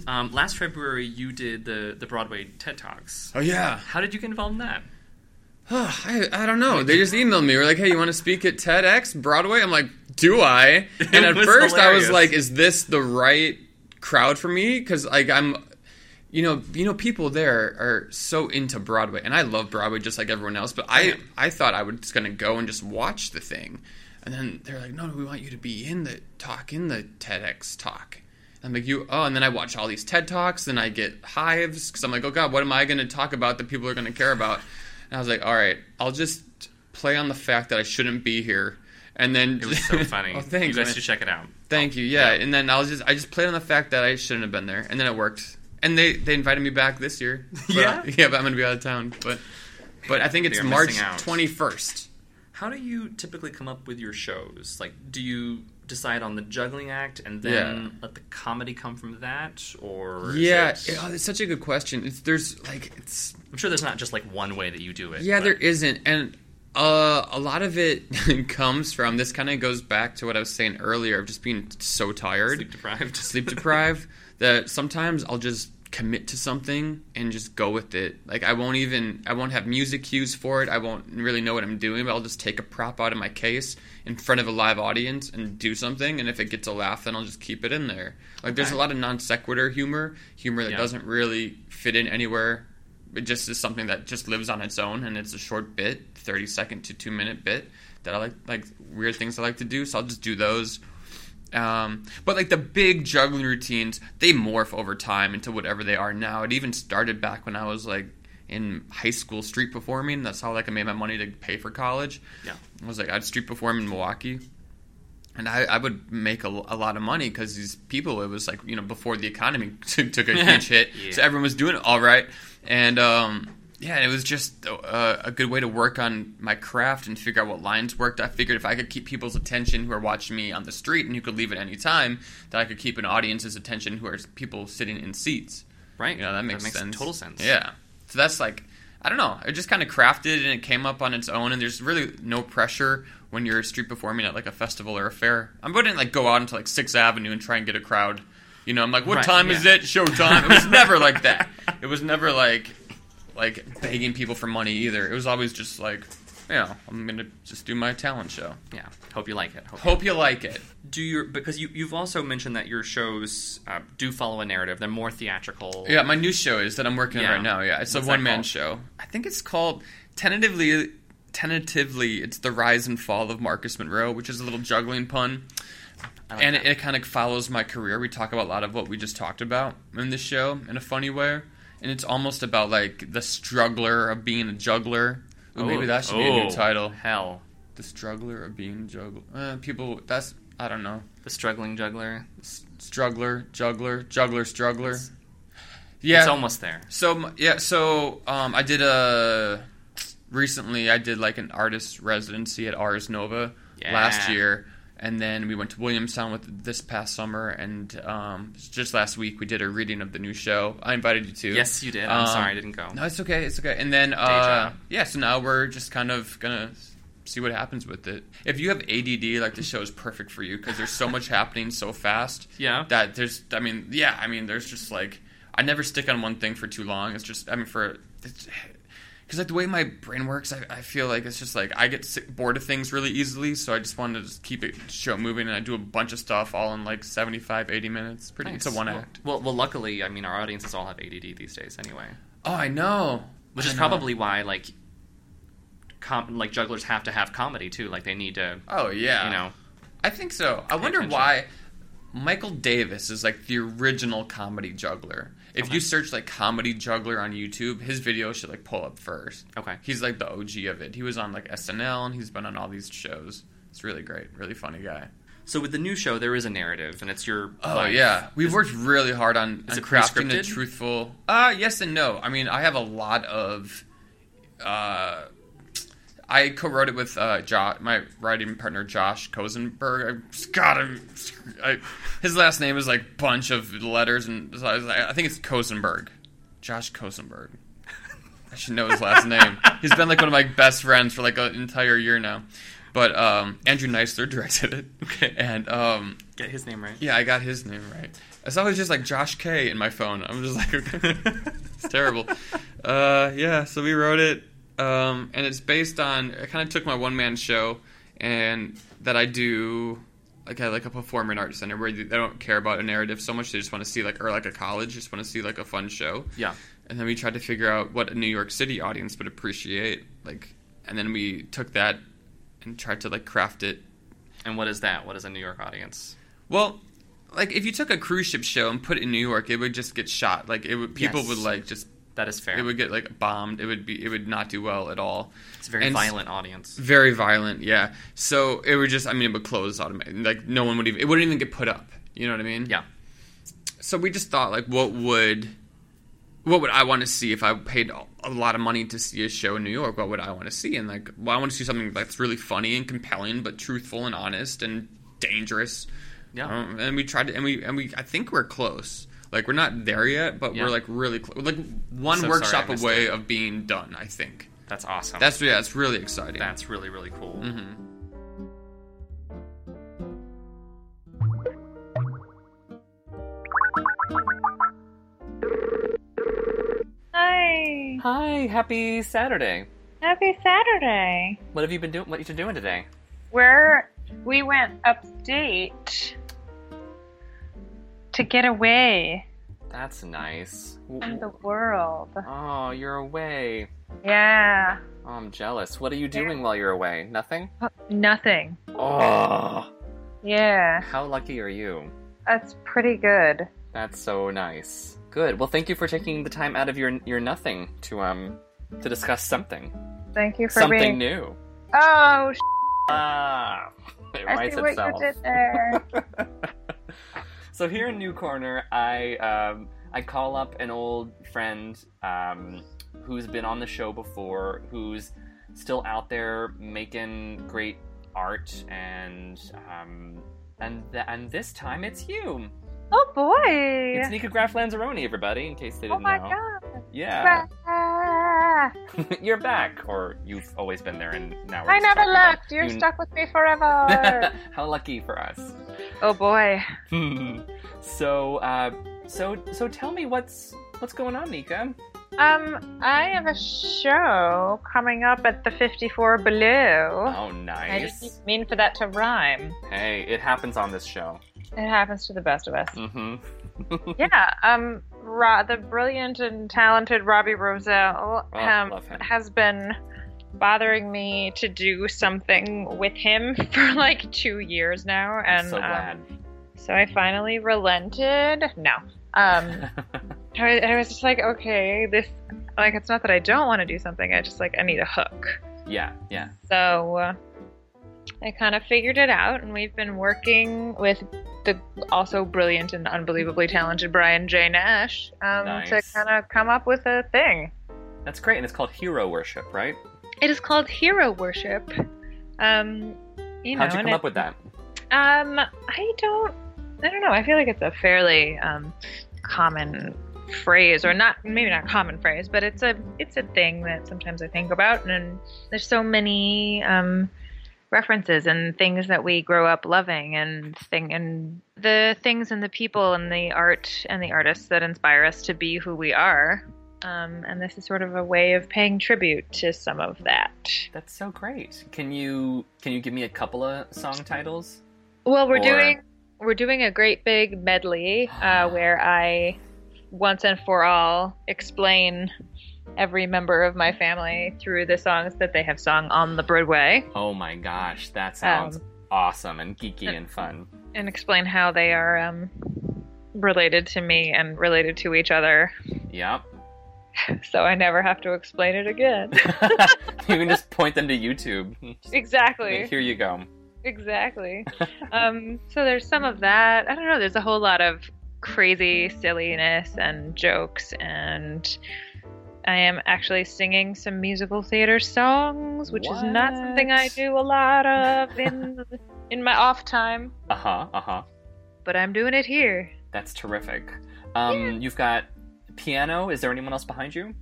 Speaker 1: um, last February, you did the, the Broadway TED Talks.
Speaker 3: Oh yeah.
Speaker 1: How did you get involved in that?
Speaker 3: I, I don't know. They just emailed me. We're like, hey, you want to speak at TEDx Broadway? I'm like, do I? And at
Speaker 1: was
Speaker 3: first, I was
Speaker 1: hilarious.
Speaker 3: like, is this the right crowd for me? Because like I'm, you know, you know, people there are so into Broadway, and I love Broadway just like everyone else. But I, I thought I was just gonna go and just watch the thing, and then they're like, "No, no, we want you to be in the talk, in the TEDx talk." And I'm like, "You oh," and then I watch all these TED talks, and I get hives because I'm like, "Oh God, what am I gonna talk about that people are gonna care about?" And I was like, "All right, I'll just play on the fact that I shouldn't be here." And then
Speaker 4: It was so funny.
Speaker 3: oh, thanks,
Speaker 4: you guys
Speaker 3: man.
Speaker 4: should check it out.
Speaker 3: Thank you. Yeah. and then I was just I just played on the fact that I shouldn't have been there, and then it worked. And they they invited me back this year. But
Speaker 4: Yeah?
Speaker 3: I- yeah, but I'm gonna be out of town. But but I think it's
Speaker 4: You're
Speaker 3: March
Speaker 4: missing out.
Speaker 3: 21st.
Speaker 4: How do you typically come up with your shows? Like, do you decide on the juggling act and then
Speaker 3: Yeah.
Speaker 4: let the comedy come from that, or is
Speaker 3: Yeah,
Speaker 4: it-
Speaker 3: it- oh, it's such a good question. It's there's like it's
Speaker 4: I'm sure there's not just like one way that you do it.
Speaker 3: yeah
Speaker 4: but-
Speaker 3: there isn't, and uh, a lot of it comes from this. Kind of goes back to what I was saying earlier of just being so tired.
Speaker 4: sleep deprived.
Speaker 3: sleep deprived that sometimes I'll just commit to something and just go with it. Like I won't even I won't have music cues for it. I won't really know what I'm doing, but I'll just take a prop out of my case in front of a live audience and do something and if it gets a laugh then I'll just keep it in there. Like there's a
Speaker 4: Okay.
Speaker 3: lot of non sequitur humor, humor that
Speaker 4: Yeah.
Speaker 3: doesn't really fit in anywhere. It just is something that just lives on its own and it's a short bit, 30 second to 2 minute bit that I like like weird things I like to do, so I'll just do those. Um, but like the big juggling routines, they morph over time into whatever they are now. It even started back when I was like in high school street performing. That's how like I made my money to pay for college.
Speaker 4: Yeah.
Speaker 3: I was like I'd street perform in Milwaukee, and I, I would make a, l- a lot of money because these people. It was like you know before the economy took took a huge hit,
Speaker 4: Yeah.
Speaker 3: so everyone was doing it all right, and um, yeah, it was just a, a good way to work on my craft and figure out what lines worked. I figured if I could keep people's attention who are watching me on the street and who could leave at any time, that I could keep an audience's attention who are s- people sitting in seats.
Speaker 4: Right.
Speaker 3: You know, that makes, sense.
Speaker 4: total sense.
Speaker 3: Yeah. So that's like, I don't know. It just kind of crafted and it came up on its own. And there's really no pressure when you're street performing at like a festival or a fair. I wouldn't like go out into like Sixth Avenue and try and get a crowd. You know, I'm like, what
Speaker 4: Right,
Speaker 3: time is
Speaker 4: yeah.
Speaker 3: it? Showtime. It was never like that. It was never like, like begging people for money either. It was always just like, you know, I'm gonna just do my talent show.
Speaker 4: Yeah. Hope you like it. Hope
Speaker 3: Hope you like it.
Speaker 4: do your because you you've also mentioned that your shows uh, do follow a narrative. They're more theatrical.
Speaker 3: Yeah, my new show is that I'm working
Speaker 4: Yeah.
Speaker 3: on right now. Yeah, it's
Speaker 4: What's
Speaker 3: a
Speaker 4: that
Speaker 3: one man
Speaker 4: called?
Speaker 3: show. I think it's called tentatively. Tentatively, it's the rise and fall of Marcus Monroe, which is a little juggling pun,
Speaker 4: I like
Speaker 3: and
Speaker 4: that.
Speaker 3: it, it kind of follows my career. We talk about a lot of what we just talked about in this show in a funny way, and it's almost about like the struggler of being a juggler. Ooh, maybe that should be a
Speaker 4: oh,
Speaker 3: new title.
Speaker 4: Hell,
Speaker 3: The struggler of being juggler. Uh, people, that's I don't know.
Speaker 4: the struggling juggler.
Speaker 3: S- struggler, juggler, juggler, struggler. Yeah,
Speaker 4: It's almost there.
Speaker 3: so m- yeah, so um, I did a recently. I did like an artist residency at Ars Nova
Speaker 4: Yeah.
Speaker 3: last year, and then we went to Williamstown with this past summer, and um, just last week we did a reading of the new show. I invited you to.
Speaker 4: Yes, you did. I'm
Speaker 3: Um,
Speaker 4: sorry, I didn't go.
Speaker 3: No, it's okay. It's okay. And then uh,
Speaker 4: job.
Speaker 3: yeah, so now we're just kind of gonna see what happens with it. If you have ADD, like the show is perfect for you because there's so much happening so fast
Speaker 4: Yeah.
Speaker 3: that there's i mean yeah i mean there's just like i never stick on one thing for too long it's just i mean for because like the way my brain works I, I feel like it's just like i get sick, bored of things really easily so i just wanted to just keep it show moving and i do a bunch of stuff all in like 75 80 minutes pretty it's a
Speaker 4: Nice.
Speaker 3: one
Speaker 4: well,
Speaker 3: act
Speaker 4: Well, well, luckily, I mean, our audiences all have ADD these days, anyway,
Speaker 3: oh i know
Speaker 4: which
Speaker 3: I
Speaker 4: is
Speaker 3: know.
Speaker 4: probably why like, com- like jugglers have to have comedy too. Like they need to,
Speaker 3: oh yeah
Speaker 4: you know,
Speaker 3: i think so i wonder
Speaker 4: attention.
Speaker 3: why michael davis is like the original comedy juggler if
Speaker 4: Okay.
Speaker 3: you search like comedy juggler on youtube his video should like pull up first
Speaker 4: okay.
Speaker 3: He's like the OG of it. He was on like SNL and he's been on all these shows. It's really great, really funny guy.
Speaker 4: So with the new show, there is a narrative, and it's your.
Speaker 3: Oh
Speaker 4: life.
Speaker 3: yeah, we've worked really hard on,
Speaker 4: is
Speaker 3: on
Speaker 4: it
Speaker 3: crafting a
Speaker 4: pre-scripted?
Speaker 3: truthful. Uh yes and no. I mean, I have a lot of. Uh, I co-wrote it with uh, jo- my writing partner Josh Kozenberg. I, God, I'm, I, his last name is like bunch of letters, and so I, was like, I think it's Kozenberg, Josh Kozenberg. I should know his last name. He's been like one of my best friends for like an entire year now. But um, Andrew Neisler directed it, okay. and um,
Speaker 4: Get his name right.
Speaker 3: yeah, I got his name right. It's always just like Josh K in my phone. I'm just like, okay. it's terrible. Uh, yeah, so we wrote it, um, and it's based on. I kind of took my one man show, and that I do like a, like a performer and arts center where they don't care about a narrative so much. They just want to see like or like a college, just want to see like a fun show.
Speaker 1: Yeah.
Speaker 3: And then we tried to figure out what a New York City audience would appreciate. Like, and then we took that and tried to like craft it
Speaker 1: And what is that? What is a New York audience?
Speaker 3: Well, like if you took a cruise ship show and put it in New York, it would just get shot. Like it would, people
Speaker 1: Yes.
Speaker 3: would like just
Speaker 1: That is fair.
Speaker 3: it would get like bombed. It would be it would not do well at all.
Speaker 1: it's a very
Speaker 3: and s-
Speaker 1: violent audience.
Speaker 3: Very violent, yeah. So it would just I mean it would close automatically. Like no one would even it wouldn't even get put up. You know what I mean?
Speaker 1: Yeah.
Speaker 3: So we just thought like what would what would I want to see if I paid a- a lot of money to see a show in New York? What would I want to see? And like, well, I want to see something that's really funny and compelling, but truthful and honest and dangerous.
Speaker 1: Yeah.
Speaker 3: Um, and we tried to, and we, and we, I think we're close. Like we're not there yet, but
Speaker 1: Yeah.
Speaker 3: we're like really close. Like one
Speaker 1: So sorry,
Speaker 3: workshop
Speaker 1: I missed
Speaker 3: away
Speaker 1: it.
Speaker 3: of being done. I think
Speaker 1: That's awesome.
Speaker 3: that's yeah, it's really exciting.
Speaker 1: That's really, really cool.
Speaker 3: hmm
Speaker 2: Hi.
Speaker 1: Hi, happy Saturday.
Speaker 2: Happy Saturday.
Speaker 1: What have you been doing? What you been doing today?
Speaker 2: Where we went upstate to get away
Speaker 1: That's nice.
Speaker 2: from the world.
Speaker 1: Oh, you're away.
Speaker 2: Yeah.
Speaker 1: Oh, I'm jealous. What are you doing while you're away? Nothing?
Speaker 2: Nothing.
Speaker 1: Oh,
Speaker 2: Yeah.
Speaker 1: how lucky are you?
Speaker 2: That's pretty good.
Speaker 1: That's so nice. Good. Well, thank you for taking the time out of your your nothing to um to discuss something,
Speaker 2: Thank you for
Speaker 1: something
Speaker 2: being.
Speaker 1: new.
Speaker 2: Oh, sh-
Speaker 1: Ah, it
Speaker 2: I
Speaker 1: writes
Speaker 2: see what
Speaker 1: itself.
Speaker 2: you did there.
Speaker 1: so here in New Corner, I um, I call up an old friend um, who's been on the show before, who's still out there making great art, and um, and th- and this time it's you.
Speaker 2: oh boy.
Speaker 1: It's Nika Graf Lanzarone, everybody. In case they
Speaker 2: oh
Speaker 1: didn't
Speaker 2: my
Speaker 1: know.
Speaker 2: god.
Speaker 1: Yeah,
Speaker 2: Ah.
Speaker 1: you're back, or you've always been there, and now we're
Speaker 2: I
Speaker 1: just
Speaker 2: never
Speaker 1: talking about-
Speaker 2: left. You're
Speaker 1: you-
Speaker 2: stuck with me forever.
Speaker 1: How lucky for us.
Speaker 2: oh boy.
Speaker 1: Hmm. so uh so so tell me what's what's going on nika
Speaker 2: Um, I have a show coming up at the 54 Below.
Speaker 1: oh
Speaker 2: I didn't
Speaker 1: nice
Speaker 2: mean for that to rhyme.
Speaker 1: hey it happens on this show
Speaker 2: It happens to the best of us.
Speaker 1: mm-hmm
Speaker 2: yeah. Um, Ro- the brilliant and talented Robbie Roselle
Speaker 1: Oh,
Speaker 2: um,
Speaker 1: love him.
Speaker 2: has been bothering me to do something with him for like two years now, and
Speaker 1: so
Speaker 2: um,
Speaker 1: glad
Speaker 2: so I finally relented. No. Um, I, I was just like, okay, this like it's not that I don't want to do something. I just like I need a hook.
Speaker 1: yeah yeah
Speaker 2: So uh, I kind of figured it out, and we've been working with the also brilliant and unbelievably talented Brian J. Nash um, to
Speaker 1: Nice.
Speaker 2: kind of come up with a thing.
Speaker 1: that's great and it's called hero worship right
Speaker 2: It is called Hero Worship. Um, you know,
Speaker 1: how'd you come
Speaker 2: and it-
Speaker 1: up with that
Speaker 2: Um, I don't. I don't know. I feel like it's a fairly um, common phrase, or not maybe not common phrase, but it's a it's a thing that sometimes I think about. And there's so many um, references and things that we grow up loving, and thing and the things and the people and the art and the artists that inspire us to be who we are. Um, and this is sort of a way of paying tribute to some of that.
Speaker 1: that's so great can you can you give me a couple of song titles
Speaker 2: Well, we're
Speaker 1: Or-
Speaker 2: doing we're doing a great big medley uh, where I once and for all explain every member of my family through the songs that they have sung on the Broadway um,
Speaker 1: oh my gosh that sounds awesome and geeky and fun
Speaker 2: and explain how they are um, related to me and related to each other,
Speaker 1: yep
Speaker 2: so I never have to explain it again.
Speaker 1: you can just point them to youtube
Speaker 2: exactly.
Speaker 1: here you go
Speaker 2: Exactly. um, so there's some of that. I don't know. There's a whole lot of crazy silliness and jokes, and I am actually singing some musical theater songs, which is not something I
Speaker 1: What?
Speaker 2: do a lot of in in my off time.
Speaker 1: uh-huh uh-huh
Speaker 2: But I'm doing it here.
Speaker 1: That's terrific. Um, You've got piano. Is there anyone else behind you?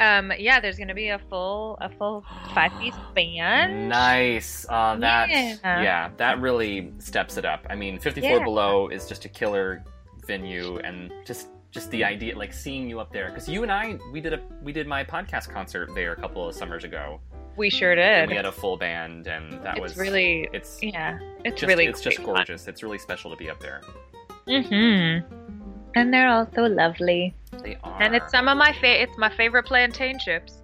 Speaker 2: Um, yeah, there's gonna be a full a full five piece band.
Speaker 1: Nice. Uh, that yeah.
Speaker 2: Yeah.
Speaker 1: that really steps it up. I mean, 54
Speaker 2: Yeah.
Speaker 1: below is just a killer venue, and just just the idea, like seeing you up there, because you and I we did a we did my podcast concert there a couple of summers ago.
Speaker 2: We sure
Speaker 4: And
Speaker 2: did.
Speaker 4: we had a full band, and that
Speaker 2: it's
Speaker 4: was
Speaker 2: really,
Speaker 4: It's
Speaker 2: yeah, it's
Speaker 4: just,
Speaker 2: really
Speaker 4: it's just gorgeous. It's really special to be up there.
Speaker 2: Mm-hmm. And they're all so lovely.
Speaker 4: They are.
Speaker 2: And it's some of my fa- it's my favorite plantain chips.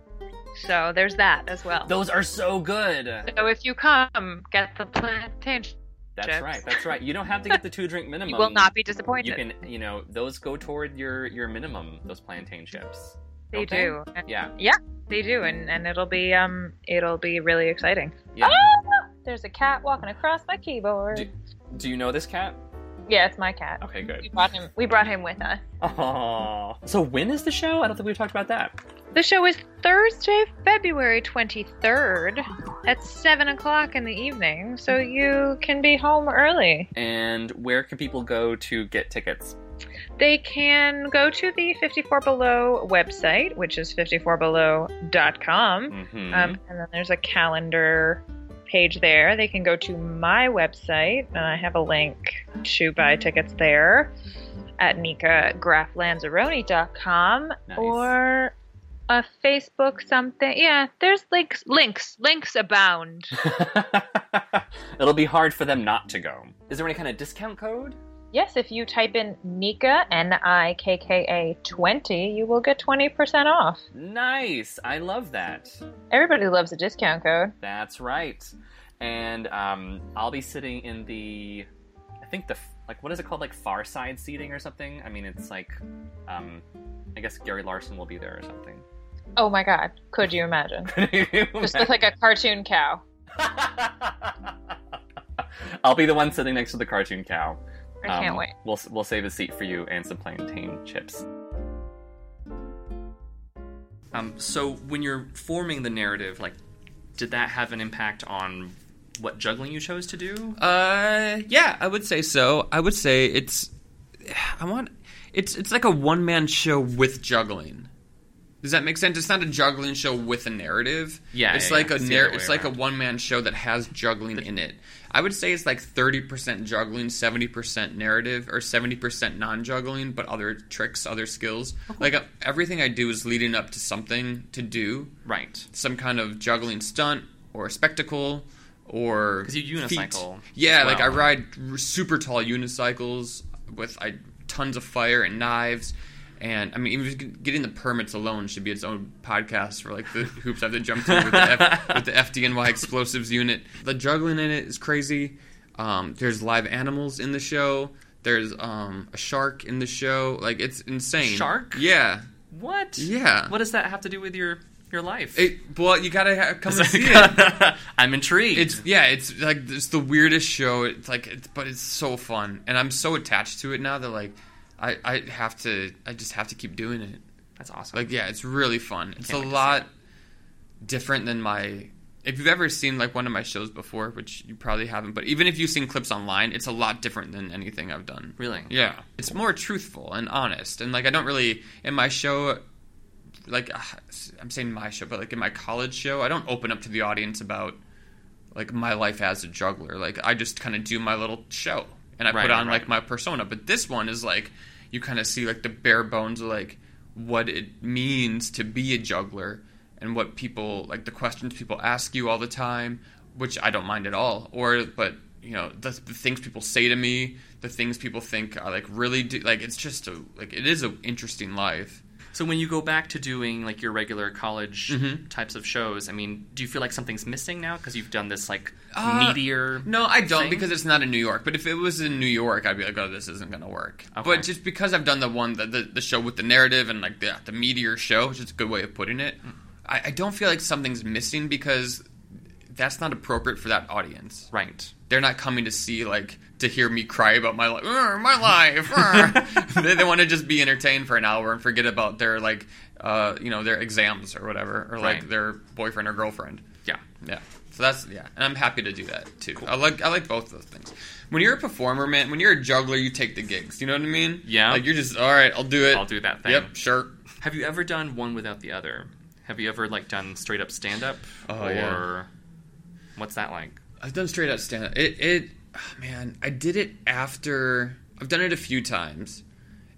Speaker 2: So there's that as well.
Speaker 4: Those are so good.
Speaker 2: So if you come, get the plantain. ch-
Speaker 4: That's
Speaker 2: chips.
Speaker 4: right. That's right. You don't have to get the two drink minimum.
Speaker 2: You will not be
Speaker 4: You
Speaker 2: disappointed.
Speaker 4: can, you know, those go toward your your minimum. Those plantain chips.
Speaker 2: they
Speaker 4: don't they?
Speaker 2: do. And
Speaker 4: Yeah.
Speaker 2: They do, and, and it'll be um it'll be really exciting.
Speaker 4: Yeah.
Speaker 2: Ah! There's a cat walking across my keyboard.
Speaker 4: Do- Do you know this cat?
Speaker 2: yeah, it's my cat.
Speaker 4: Okay,
Speaker 2: We
Speaker 4: good.
Speaker 2: brought him. We brought him with us.
Speaker 4: Oh. So when is the show? I don't think we've talked about that.
Speaker 2: The show is Thursday, February 23rd at 7 o'clock in the evening, so you can be home early.
Speaker 4: And where can people go to get tickets?
Speaker 2: They can go to the 54 Below website, which is 54below.com.
Speaker 4: Mm-hmm.
Speaker 2: Um, and then there's a calendar page there. They can go to my website, and I have a link to buy tickets there at nikagraflanzaroni.com
Speaker 4: Nice.
Speaker 2: or a Facebook something. Yeah, there's links, links, links abound.
Speaker 4: It'll be hard for them not to go. Is there any kind of discount code?
Speaker 2: yes, if you type in Nika, N I K K A 20, you will get 20% off.
Speaker 4: Nice. I love that.
Speaker 2: Everybody loves a discount code.
Speaker 4: That's right. And um, I'll be sitting in the, I think the f- like what is it called like far side seating or something. I mean it's like, um, I guess Gary Larson will be there or something.
Speaker 2: Oh my god, could you imagine? Just with like a cartoon cow.
Speaker 4: I'll be the one sitting next to the cartoon cow.
Speaker 2: I can't
Speaker 4: Um,
Speaker 2: wait.
Speaker 4: We'll we'll save a seat for you and some plantain chips.
Speaker 3: Um, so when you're forming the narrative, like, did that have an impact on what juggling you chose to do? Uh, yeah, I would say so. I would say it's, I want, it's it's like a one man show with juggling. Does that make sense? It's not a juggling show with a narrative.
Speaker 1: Yeah,
Speaker 3: it's
Speaker 1: yeah,
Speaker 3: like
Speaker 1: yeah.
Speaker 3: a
Speaker 1: It's the
Speaker 3: narr-
Speaker 1: other way
Speaker 3: it's like a
Speaker 1: around.
Speaker 3: one man show that has juggling in it. I would say it's like thirty percent juggling, seventy percent narrative, or seventy percent non juggling, but other tricks, other skills. Like uh, everything I do is leading up to something to do,
Speaker 1: Right.
Speaker 3: some kind of juggling stunt or spectacle or
Speaker 1: 'Cause you
Speaker 3: feat.
Speaker 1: unicycle as
Speaker 3: Yeah, like I
Speaker 1: well.
Speaker 3: ride r- super tall unicycles with I, tons of fire and knives. And I mean, even just g- getting the permits alone should be its own podcast for like the hoops I have to jump through with the, F, with the FDNY explosives unit. The juggling in it is crazy. Um, there's live animals in the show. There's um, a shark in the show. Like it's insane.
Speaker 1: Shark?
Speaker 3: Yeah,
Speaker 1: What?
Speaker 3: yeah.
Speaker 1: What does that have to do with your your life?
Speaker 3: It, well, you gotta ha- come and see it.
Speaker 1: I'm intrigued.
Speaker 3: It's yeah, it's like it's the weirdest show. It's like, it's, but it's so fun, and I'm so attached to it now that like, I I have to, I just have to keep doing it.
Speaker 1: That's awesome.
Speaker 3: Like yeah, it's really fun. It's a
Speaker 1: wait to see
Speaker 3: lot different than my. If you've ever seen like one of my shows before, which you probably haven't, but even if you've seen clips online, it's a lot different than anything I've done.
Speaker 1: really?
Speaker 3: Yeah, it's more truthful and honest, and like I don't really in my show, like ah, I'm saying my show, but like in my college show, I don't open up to the audience about like my life as a juggler. Like I just kind of do my little show and I
Speaker 1: Right,
Speaker 3: put on
Speaker 1: right.
Speaker 3: like my persona. But this one is like you kind of see like the bare bones of like what it means to be a juggler and what people like the questions people ask you all the time, which I don't mind at all. Or but you know the, the things people say to me, the things people think I like really do. Like it's just a like it is an interesting life.
Speaker 1: So when you go back to doing like your regular college
Speaker 3: Mm-hmm.
Speaker 1: types of shows, I mean, do you feel like something's missing now because you've done this like
Speaker 3: Uh,
Speaker 1: meteor?
Speaker 3: No, I don't
Speaker 1: thing?
Speaker 3: because it's not in New York. But if it was in New York, I'd be like, oh, this isn't gonna work.
Speaker 1: Okay.
Speaker 3: But just because I've done the one the, the the show with the narrative and like the the meteor show, which is a good way of putting it,
Speaker 1: Hmm.
Speaker 3: I, I don't feel like something's missing because that's not appropriate for that audience.
Speaker 1: Right.
Speaker 3: They're not coming to see like to hear me cry about my life, my life. er." they they want to just be entertained for an hour and forget about their like uh you know their exams or whatever or like
Speaker 1: Right.
Speaker 3: their boyfriend or girlfriend.
Speaker 1: Yeah.
Speaker 3: Yeah. So that's yeah, and I'm happy to do that too. I like I like both those things. When you're a performer, man, when you're a juggler, you take the gigs. You know what I mean?
Speaker 1: Yeah.
Speaker 3: Like you're just all right. I'll do it.
Speaker 1: I'll do that thing.
Speaker 3: uh, Yep. Sure.
Speaker 1: Have you ever done one without the other? Have you ever like done straight up stand up?
Speaker 3: Oh,
Speaker 1: or
Speaker 3: yeah.
Speaker 1: what's that like?
Speaker 3: I've done straight up ah, stand up. It, it, oh, man, I did it after. I've done it a few times,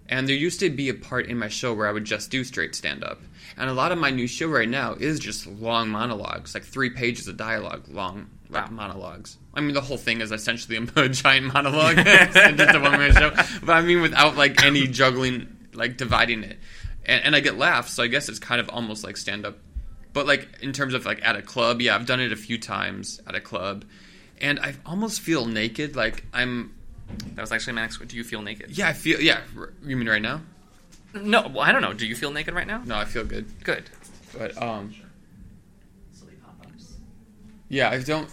Speaker 3: And there used to be a part in my show where I would just do straight stand up. And a lot of my new show right now is just long monologues, like three pages of dialogue, long like,
Speaker 4: Wow.
Speaker 3: monologues. I mean, the whole thing is essentially a giant monologue. it's just a one man show. But I mean, without like any juggling, like dividing it. And, and I get laughs, so I guess it's kind of almost like stand up. But like in terms of like at a club, yeah, I've done it a few times at a club. And I almost feel naked, like I'm.
Speaker 1: That was actually my next question. Do you feel naked?
Speaker 3: Yeah, I feel. Yeah, r- you mean right now?
Speaker 1: No, well, I don't know. Do you feel naked right now?
Speaker 3: No, I feel good.
Speaker 1: Good.
Speaker 3: But um, yeah, I don't.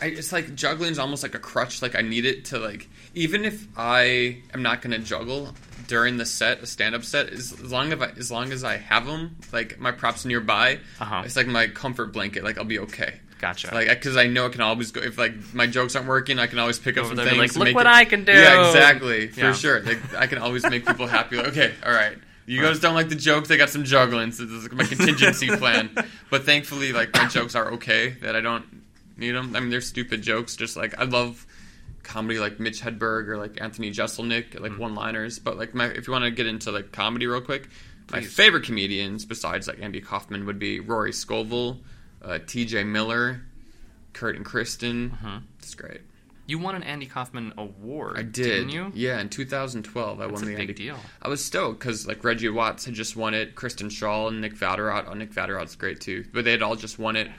Speaker 3: I, it's like juggling's almost like a crutch. Like I need it to like even if I am not gonna juggle during the set, a stand-up set, as, as long as I, as long as I have them, like my props nearby,
Speaker 1: Uh-huh.
Speaker 3: it's like my comfort blanket. Like I'll be okay.
Speaker 1: Gotcha.
Speaker 3: Like because I know I can always go if like my jokes aren't working, I can always pick up
Speaker 1: Over
Speaker 3: some
Speaker 1: there,
Speaker 3: things.
Speaker 1: be Oh, like,
Speaker 3: to
Speaker 1: "Look
Speaker 3: make
Speaker 1: what
Speaker 3: it-
Speaker 1: I can do."
Speaker 3: Yeah, exactly, for
Speaker 1: Yeah.
Speaker 3: sure. Like I can always make people happy. Like, okay, all right. You guys don't like the jokes. I got some juggling. So this is my contingency plan. But thankfully, like my jokes are okay. That I don't need them. I mean, they're stupid jokes. Just like I love comedy, like Mitch Hedberg or like Anthony Jeselnik,
Speaker 1: Mm.
Speaker 3: like one-liners. But like my, if you want to get into like comedy real quick, my
Speaker 1: Please.
Speaker 3: favorite comedians besides like Andy Kaufman would be Rory Scovel, uh, T.J. Miller, Kurt and Kristen.
Speaker 1: Mhm.
Speaker 3: It's great.
Speaker 1: You won an Andy Kaufman Award.
Speaker 3: I did.
Speaker 1: Didn't you?
Speaker 3: Yeah, in 2012, I
Speaker 1: That's
Speaker 3: won
Speaker 1: a
Speaker 3: the
Speaker 1: big
Speaker 3: Andy.
Speaker 1: deal.
Speaker 3: I was stoked because like Reggie Watts had just won it, Kristen Shaw and Nick Vatterott. Oh, Nick Vatterott's great too, but they had all just won it.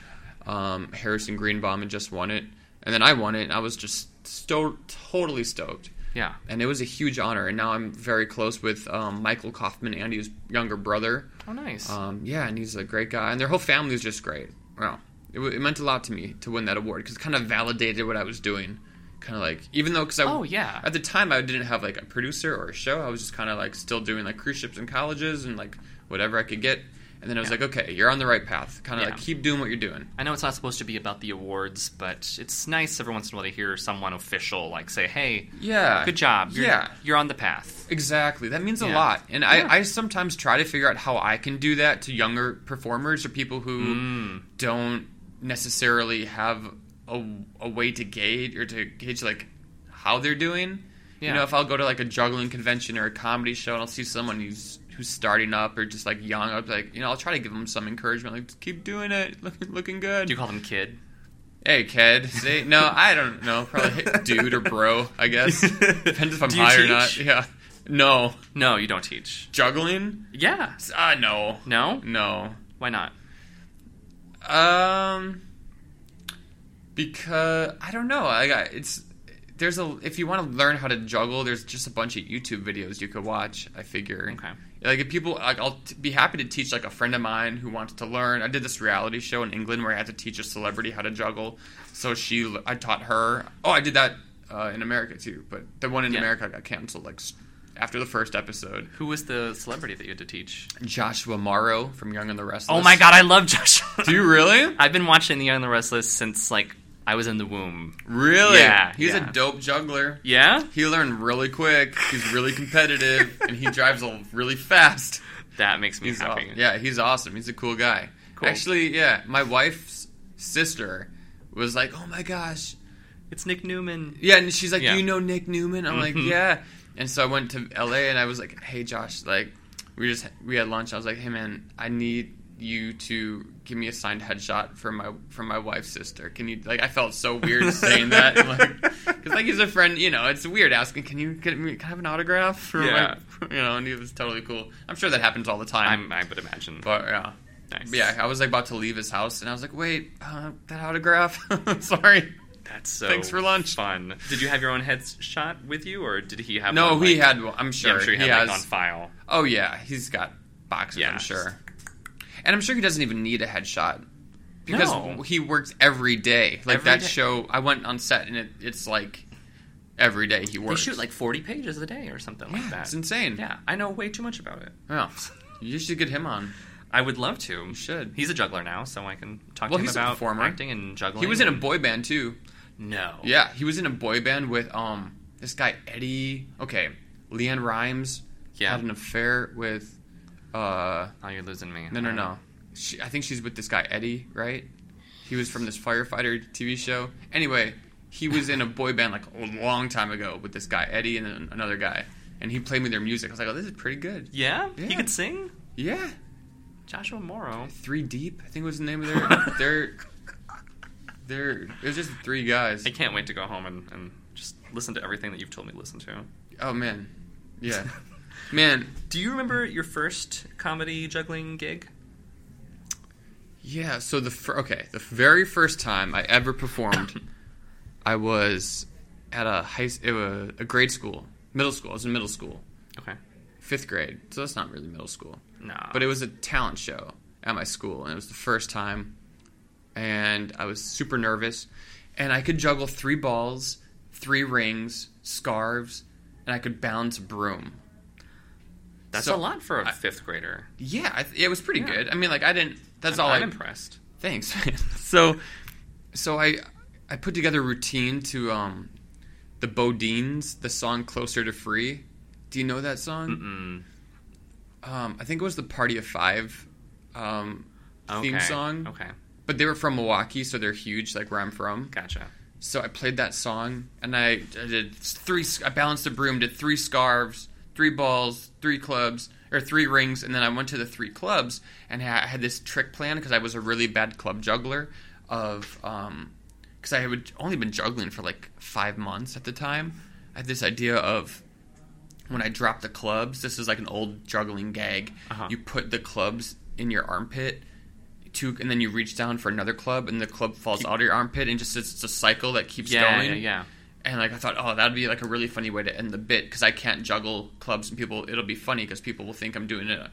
Speaker 3: Um, Harrison Greenbaum had just won it, and then I won it, and I was just sto- totally stoked.
Speaker 1: Yeah.
Speaker 3: And it was a huge honor, and now I'm very close with um, Michael Kaufman, Andy's younger brother.
Speaker 1: Oh, nice.
Speaker 3: Um, yeah, and he's a great guy, and their whole family is just great. Wow, it, w- it meant a lot to me to win that award because it kind of validated what I was doing. Kind of like, even though because I
Speaker 1: oh, yeah.
Speaker 3: at the time I didn't have like a producer or a show. I was just kind of like still doing like cruise ships and colleges and like whatever I could get. And then I was
Speaker 1: Yeah.
Speaker 3: like, okay, you're on the right path. Kind of
Speaker 1: Yeah.
Speaker 3: like keep doing what you're doing.
Speaker 1: I know it's not supposed to be about the awards, but it's nice every once in a while to hear someone official like say, "Hey,
Speaker 3: Yeah.
Speaker 1: good job. You're,
Speaker 3: yeah.
Speaker 1: you're on the path."
Speaker 3: Exactly. That means a
Speaker 1: Yeah.
Speaker 3: lot. And
Speaker 1: Yeah.
Speaker 3: I, I sometimes try to figure out how I can do that to younger performers or people who
Speaker 1: Mm.
Speaker 3: don't necessarily have a, a way to gauge or to gauge like how they're doing.
Speaker 1: Yeah.
Speaker 3: You know, if I'll go to like a juggling convention or a comedy show and I'll see someone who's who's starting up or just like young, I'll be like, you know, I'll try to give them some encouragement, like just keep doing it, look, looking good.
Speaker 1: Do you call them kid?
Speaker 3: hey, kid. See, no, I don't know, probably dude or bro, I guess. Depends if I'm
Speaker 1: Do you
Speaker 3: high or
Speaker 1: teach?
Speaker 3: not. Yeah. No,
Speaker 1: No, you don't teach.
Speaker 3: juggling?
Speaker 1: Yeah.
Speaker 3: Ah, no,
Speaker 1: No.
Speaker 3: no.
Speaker 1: Why not?
Speaker 3: Um, because I don't know. I got it's there's a if you want to learn how to juggle, there's just a bunch of YouTube videos you could watch. I figure.
Speaker 1: Okay.
Speaker 3: Like if people, like I'll t- be happy to teach like a friend of mine who wants to learn. I did this reality show in England where I had to teach a celebrity how to juggle. So she, l- I taught her. Oh, I did that uh, in America too, but the one in
Speaker 1: Yeah.
Speaker 3: America got canceled like s- after the first episode.
Speaker 1: Who was the celebrity that you had to teach?
Speaker 3: Joshua Morrow from Young and the Restless.
Speaker 1: Oh my god, I love Josh.
Speaker 3: Do you really?
Speaker 1: I've been watching The Young and the Restless since like I was in the womb.
Speaker 3: Really?
Speaker 1: Yeah,
Speaker 3: He's
Speaker 1: yeah.
Speaker 3: a dope juggler.
Speaker 1: Yeah,
Speaker 3: He learned really quick. He's really competitive, and he drives a- really fast.
Speaker 1: that makes me
Speaker 3: He's
Speaker 1: happy.
Speaker 3: aw- yeah, he's awesome. He's a cool guy.
Speaker 1: Cool.
Speaker 3: Actually, yeah, my wife's sister was like, "Oh my gosh,
Speaker 1: It's Nick Newman.
Speaker 3: yeah," and she's like,
Speaker 1: Yeah.
Speaker 3: "Do you know Nick Newman?" I'm like,
Speaker 1: Mhm.
Speaker 3: "Yeah," and so I went to L.A. and I was like, "Hey, Josh, like, we just we had lunch. I was like, "Hey, man, I need." you to give me a signed headshot for my for my wife's sister can you like i felt so weird saying that like Because like he's a friend, you know, it's weird asking, can you get me, can I have an autograph? For
Speaker 1: Yeah.
Speaker 3: My, you know, and he was totally cool. I'm sure that happens all the
Speaker 1: I'm,
Speaker 3: time.
Speaker 1: I would imagine.
Speaker 3: but yeah,
Speaker 1: nice.
Speaker 3: But yeah. I was like about to leave his house, and I was like, wait, uh, that autograph. Sorry.
Speaker 1: that's so.
Speaker 3: Thanks for lunch.
Speaker 1: Fun. Did you have your own headshot with you, or did he have?
Speaker 3: No,
Speaker 1: one,
Speaker 3: he
Speaker 1: like-
Speaker 3: had one. I'm sure.
Speaker 1: Yeah, I'm sure he, had
Speaker 3: has.
Speaker 1: like, on file.
Speaker 3: oh yeah, he's got boxes.
Speaker 1: Yeah.
Speaker 3: I'm sure. And I'm sure he doesn't even need a headshot because
Speaker 1: No.
Speaker 3: he works every day. Like
Speaker 1: Every
Speaker 3: that
Speaker 1: day.
Speaker 3: show, I went on set, and it, it's like every day he
Speaker 1: They
Speaker 3: works.
Speaker 1: shoot like 40 pages a day or something like
Speaker 3: yeah,
Speaker 1: that.
Speaker 3: it's insane.
Speaker 1: Yeah, I know way too much about it.
Speaker 3: Yeah. You should get him on.
Speaker 1: I would love to.
Speaker 3: You should.
Speaker 1: He's a juggler now, so I can talk
Speaker 3: Well,
Speaker 1: to him
Speaker 3: he's a
Speaker 1: about
Speaker 3: performer.
Speaker 1: acting and juggling.
Speaker 3: He was in a
Speaker 1: and-
Speaker 3: boy band too.
Speaker 1: No.
Speaker 3: Yeah, he was in a boy band with um this guy Eddie. Okay, Leanne Rhymes
Speaker 1: Yeah.
Speaker 3: had an affair with. Uh,
Speaker 1: Oh, you're losing me.
Speaker 3: no, no, no. She, I think she's with this guy Eddie, right? He was from this firefighter TV show. Anyway, he was in a boy band like a long time ago with this guy Eddie and then another guy, and he played me their music. I was like, oh, this is pretty good.
Speaker 1: Yeah? He
Speaker 3: Yeah.
Speaker 1: could sing?
Speaker 3: Yeah,
Speaker 1: Joshua Morrow.
Speaker 3: Three Deep, I think was the name of their their their. It was just three guys.
Speaker 1: I can't wait to go home and, and just listen to everything that you've told me to listen to.
Speaker 3: Oh man, yeah, man,
Speaker 1: Do you remember your first comedy juggling gig?
Speaker 3: yeah. So the fir- okay, the very first time I ever performed, I was at a high, s- it was a grade school, middle school. I was in middle school,
Speaker 1: Okay.
Speaker 3: fifth grade. So that's not really middle school.
Speaker 1: No.
Speaker 3: but it was a talent show at my school and it was the first time and i was super nervous and i could juggle three balls three rings scarves and i could balance a broom
Speaker 1: that's a
Speaker 3: so-
Speaker 1: lot for a fifth grader.
Speaker 3: yeah I, it was pretty
Speaker 1: Yeah.
Speaker 3: good i mean like i didn't that's all
Speaker 1: I'm
Speaker 3: i
Speaker 1: impressed.
Speaker 3: thanks so so i i put together a routine to um the bodines the song closer to free do you know that song
Speaker 1: Mm.
Speaker 3: um i think it was the party of five um
Speaker 1: Okay.
Speaker 3: theme song
Speaker 1: Okay.
Speaker 3: but they were from Milwaukee, so they're huge, like where I'm from.
Speaker 1: Gotcha.
Speaker 3: So I played that song, and I, I did three. I balanced the broom, did three scarves, three balls, three clubs, or three rings, and then I went to the three clubs, and I had this trick plan because I was a really bad club juggler. Of um, because I had only been juggling for like five months at the time. I had this idea of when I drop the clubs, this is like an old juggling gag.
Speaker 1: Uh-huh.
Speaker 3: You put the clubs in your armpit, two, and then you reach down for another club, and the club falls out of your armpit, and just it's, it's a cycle that keeps
Speaker 1: Yeah,
Speaker 3: going.
Speaker 1: yeah, yeah.
Speaker 3: And like I thought, oh, that'd be like a really funny way to end the bit because I can't juggle clubs, and people it'll be funny because people will think I'm doing it uh,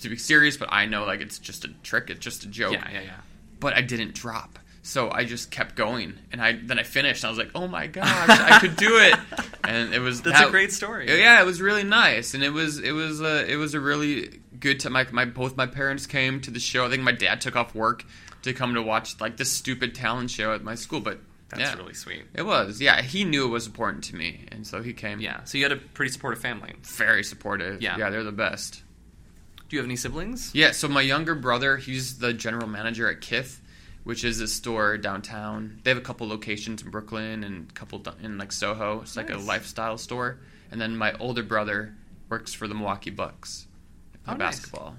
Speaker 3: to be serious, but I know like it's just a trick, it's just a joke
Speaker 1: Yeah, yeah, yeah.
Speaker 3: but I didn't drop. So I just kept going, and I then I finished. And I was like, "Oh my gosh, I could do it!" And it was
Speaker 1: That's
Speaker 3: that- Oh,
Speaker 1: a great story.
Speaker 3: Yeah, it was really nice, and it was it was a it was a really good time. My, my both my parents came to the show. I think my dad took off work to come to watch like this stupid talent show at my school, but
Speaker 1: That's
Speaker 3: yeah,
Speaker 1: really sweet.
Speaker 3: it was. Yeah, he knew it was important to me, and so he came.
Speaker 1: Yeah. So you had a pretty supportive family.
Speaker 3: very supportive.
Speaker 1: Yeah.
Speaker 3: yeah, they're the best.
Speaker 1: Do you have any siblings?
Speaker 3: Yeah, so my younger brother, he's the general manager at Kith, which is a store downtown. They have a couple locations in Brooklyn and a couple do- in like Soho. It's like
Speaker 1: Nice.
Speaker 3: a lifestyle store. And then my older brother works for the Milwaukee Bucks,
Speaker 1: Oh,
Speaker 3: for
Speaker 1: nice.
Speaker 3: basketball.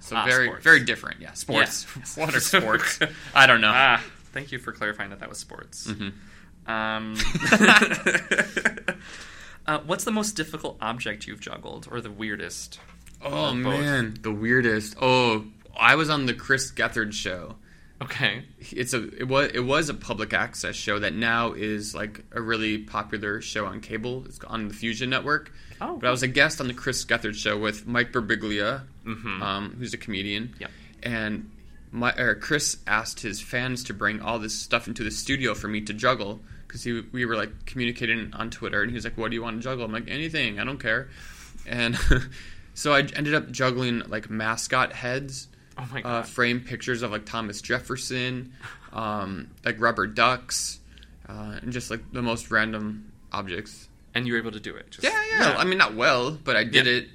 Speaker 3: So
Speaker 1: Ah,
Speaker 3: very
Speaker 1: sports.
Speaker 3: very different. Yeah, sports.
Speaker 1: Yeah.
Speaker 3: what are sports? I don't know.
Speaker 1: Ah, thank you for clarifying that that was sports.
Speaker 3: Mhm.
Speaker 1: Um, uh, what's the most difficult object you've juggled, or the weirdest?
Speaker 3: Oh
Speaker 1: Both.
Speaker 3: man, the weirdest. Oh, I was on the Chris Gethard show.
Speaker 1: Okay.
Speaker 3: it's a it was it was a public access show that now is like a really popular show on cable. It's on the Fusion Network.
Speaker 1: Oh,
Speaker 3: but I was a guest on the Chris Gethard show with Mike Birbiglia,
Speaker 1: Mhm.
Speaker 3: um, who's a comedian.
Speaker 1: Yep.
Speaker 3: And my or Chris asked his fans to bring all this stuff into the studio for me to juggle because he we were like communicating on Twitter and he was like, "What do you want to juggle?" I'm like, "Anything. I don't care." And so I ended up juggling like mascot heads
Speaker 1: Oh my
Speaker 3: uh,
Speaker 1: god.
Speaker 3: frame pictures of like Thomas Jefferson, um, like rubber ducks, uh, and just like the most random objects.
Speaker 1: and you were able to do it. Just,
Speaker 3: Yeah, yeah. I mean, not well, but I did
Speaker 1: Yeah.
Speaker 3: it.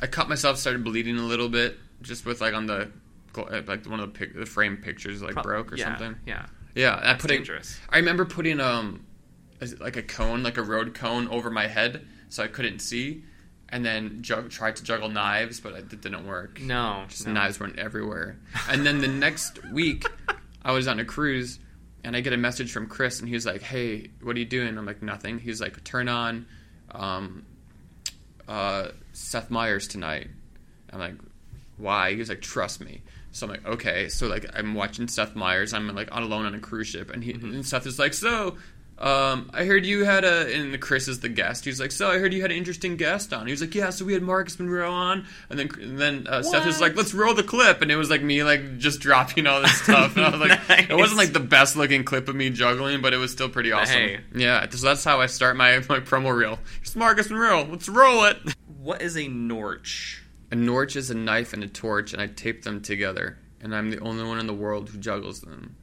Speaker 3: I cut myself, started bleeding a little bit, just with like on the gl- uh, like one of the, pic- the frame pictures like
Speaker 1: Pro-
Speaker 3: broke or
Speaker 1: yeah,
Speaker 3: something.
Speaker 1: Yeah.
Speaker 3: Yeah, and I put a,
Speaker 1: dangerous.
Speaker 3: I remember putting um is it like a cone, like a road cone over my head so I couldn't see, and then jug- tried to juggle knives, but it didn't work
Speaker 1: No.
Speaker 3: just
Speaker 1: no.
Speaker 3: knives weren't everywhere. And then the next week, I was on a cruise, and I get a message from Chris, and he's like, "Hey, what are you doing?" I'm like, "Nothing." He's like, "Turn on, um, uh, Seth Meyers tonight." I'm like, "Why?" He's like, "Trust me." So I'm like, "Okay." So like, I'm watching Seth Meyers. I'm like on alone on a cruise ship, and he
Speaker 1: Mm-hmm.
Speaker 3: and Seth is like, "So." Um, I heard you had a, and Chris is the guest. He's like, so I heard you had an interesting guest on. He was like, yeah, so we had Marcus Monroe on, and then and then uh, Seth was
Speaker 1: What?
Speaker 3: like, let's roll the clip, and it was like me like just dropping all this stuff, and I was like,
Speaker 1: Nice.
Speaker 3: it wasn't like the best looking clip of me juggling, but it was still pretty awesome.
Speaker 1: hey.
Speaker 3: Yeah, so that's how I start my my promo reel. Here's Marcus Monroe. Let's roll it.
Speaker 1: What is a norch?
Speaker 3: A norch is a knife and a torch, and I tape them together, and I'm the only one in the world who juggles them.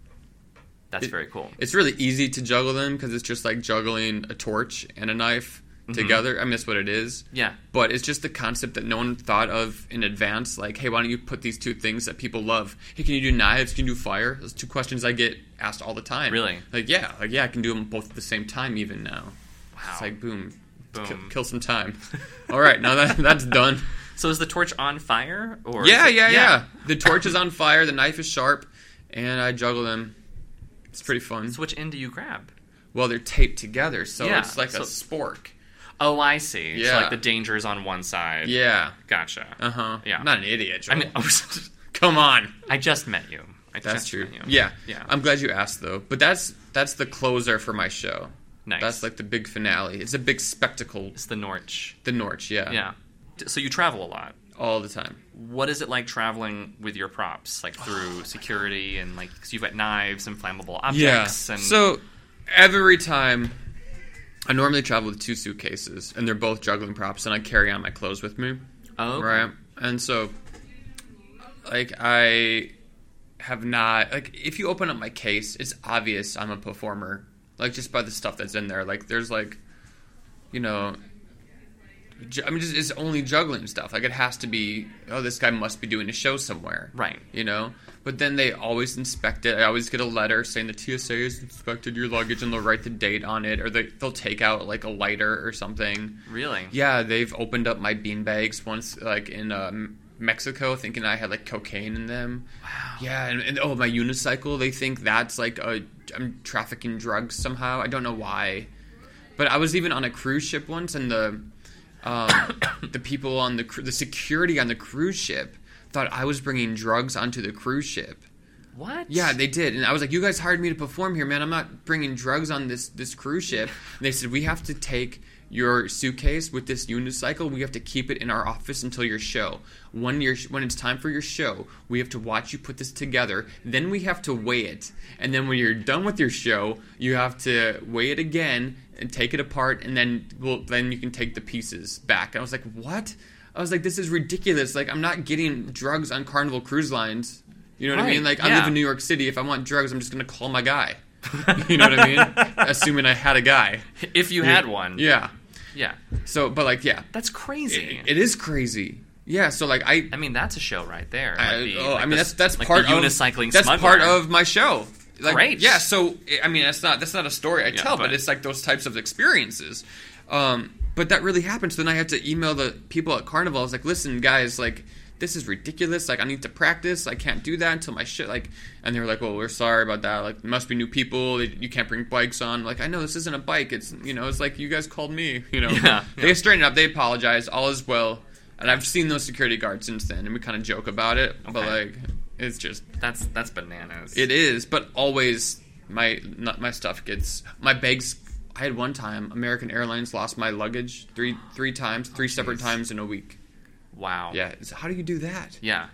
Speaker 4: That's
Speaker 3: It-
Speaker 4: very cool.
Speaker 3: It's really easy to juggle them because it's just like juggling a torch and a knife
Speaker 1: Mm-hmm.
Speaker 3: together. I mean, that's what it is.
Speaker 1: Yeah.
Speaker 3: But it's just the concept that no one thought of in advance. Like, hey, why don't you put these two things that people love? Hey, can you do knives? Can you do fire? Those two questions I get asked all the time.
Speaker 1: Really?
Speaker 3: Like, yeah, like yeah, I can do them both at the same time even now.
Speaker 1: Wow.
Speaker 3: It's like boom, K-
Speaker 1: Boom.
Speaker 3: kill some time. All right, now that that's done.
Speaker 1: So is the torch on fire? Or is
Speaker 3: Yeah,
Speaker 1: it-
Speaker 3: yeah, yeah. The torch is on fire. The knife is sharp, and I juggle them. It's pretty fun.
Speaker 1: So which end do you grab?
Speaker 3: Well, they're taped together, so
Speaker 1: Yeah,
Speaker 3: it's like
Speaker 1: so-
Speaker 3: a spork.
Speaker 1: Oh, I see. It's
Speaker 3: Yeah.
Speaker 1: like the danger is on one side.
Speaker 3: Yeah.
Speaker 1: Gotcha.
Speaker 3: Uh huh.
Speaker 1: Yeah.
Speaker 3: Not an idiot.
Speaker 1: I
Speaker 3: Joel.
Speaker 1: mean,
Speaker 3: come on.
Speaker 1: I just met you. I
Speaker 3: That's
Speaker 1: just
Speaker 3: true.
Speaker 1: met you.
Speaker 3: Yeah.
Speaker 1: Yeah.
Speaker 3: I'm glad you asked though. But that's that's the closer for my show.
Speaker 1: nice.
Speaker 3: That's like the big finale. It's a big spectacle.
Speaker 1: it's the Norch.
Speaker 3: The Norch. Yeah.
Speaker 1: Yeah. D- So you travel a lot.
Speaker 3: All the time.
Speaker 1: What is it like traveling with your props, like through security and like because you've got knives and flammable objects and
Speaker 3: so every time I normally travel with two suitcases, and they're both juggling props, and I carry on my clothes with me.
Speaker 1: oh, okay.
Speaker 3: Right. And so, like, I have not, like, if you open up my case, it's obvious I'm a performer. Like, just by the stuff that's in there. Like, there's, like, you know, ju- I mean, just, it's only juggling stuff. Like, it has to be, oh, this guy must be doing a show somewhere.
Speaker 1: Right.
Speaker 3: You know? But then they always inspect it. I always get a letter saying the TSA has inspected your luggage and they'll write the date on it or they, they'll take out, like, a lighter or something.
Speaker 1: Really?
Speaker 3: Yeah, they've opened up my beanbags once, like in uh, M- Mexico, thinking I had like cocaine in them. Wow. Yeah, and, and oh, my unicycle. They think that's like a I'm trafficking drugs somehow. I don't know why, but I was even on a cruise ship once, and the um, the people on the cru- the security on the cruise ship thought I was bringing drugs onto the cruise ship.
Speaker 1: What?
Speaker 3: Yeah, they did, and I was like, "You guys hired me to perform here, man. I'm not bringing drugs on this this cruise ship." And they said, "We have to take your suitcase with this unicycle. We have to keep it in our office until your show. When your when it's time for your show, we have to watch you put this together. Then we have to weigh it, and then when you're done with your show, you have to weigh it again and take it apart, and then well, then you can take the pieces back." And I was like, "What?" I was like, "This is ridiculous. Like, I'm not getting drugs on Carnival Cruise Lines." You know what I
Speaker 1: Right,
Speaker 3: mean? Like, I
Speaker 1: yeah.
Speaker 3: live in New York. New York City, if I want drugs, I'm just gonna call my guy. You know what I mean? Assuming I had a guy.
Speaker 1: If you had one.
Speaker 3: Yeah.
Speaker 1: Yeah.
Speaker 3: So, but like, yeah,
Speaker 1: That's crazy.
Speaker 3: it is crazy. Yeah. So like, I,
Speaker 1: I mean, that's a show right there.
Speaker 3: I,
Speaker 1: Like the-
Speaker 3: oh,
Speaker 1: like
Speaker 3: I mean,
Speaker 1: the-
Speaker 3: that's that's
Speaker 1: like
Speaker 3: part
Speaker 1: the
Speaker 3: of
Speaker 1: unicycling
Speaker 3: That's
Speaker 1: smuggler.
Speaker 3: part of my show. Like,
Speaker 1: Great.
Speaker 3: Yeah. So I- I mean, that's not that's not a story I
Speaker 1: Yeah,
Speaker 3: tell, but,
Speaker 1: but-
Speaker 3: it's like those types of experiences. Um, but that really happened. So then I had to email the people at Carnival. I was like, listen, guys, like. This is ridiculous. Like, I need to practice. I can't do that until my shit. Like, and they were like, "Well, we're sorry about that. Like, there must be new people. You can't bring bikes on." Like, I know this isn't a bike. It's you know, it's like you guys called me. You know,
Speaker 1: Yeah,
Speaker 3: they straightened up. They apologized. All is well. And I've seen those security guards since then, and we kind of joke about it. But
Speaker 1: Okay.
Speaker 3: like, it's just
Speaker 1: that's that's bananas.
Speaker 3: it is. But always my not my stuff gets my bags. I had one time American Airlines lost my luggage three three times,
Speaker 1: Oh,
Speaker 3: three separate times in a week.
Speaker 1: Wow.
Speaker 3: Yeah, it's- how do you do that?
Speaker 1: Yeah.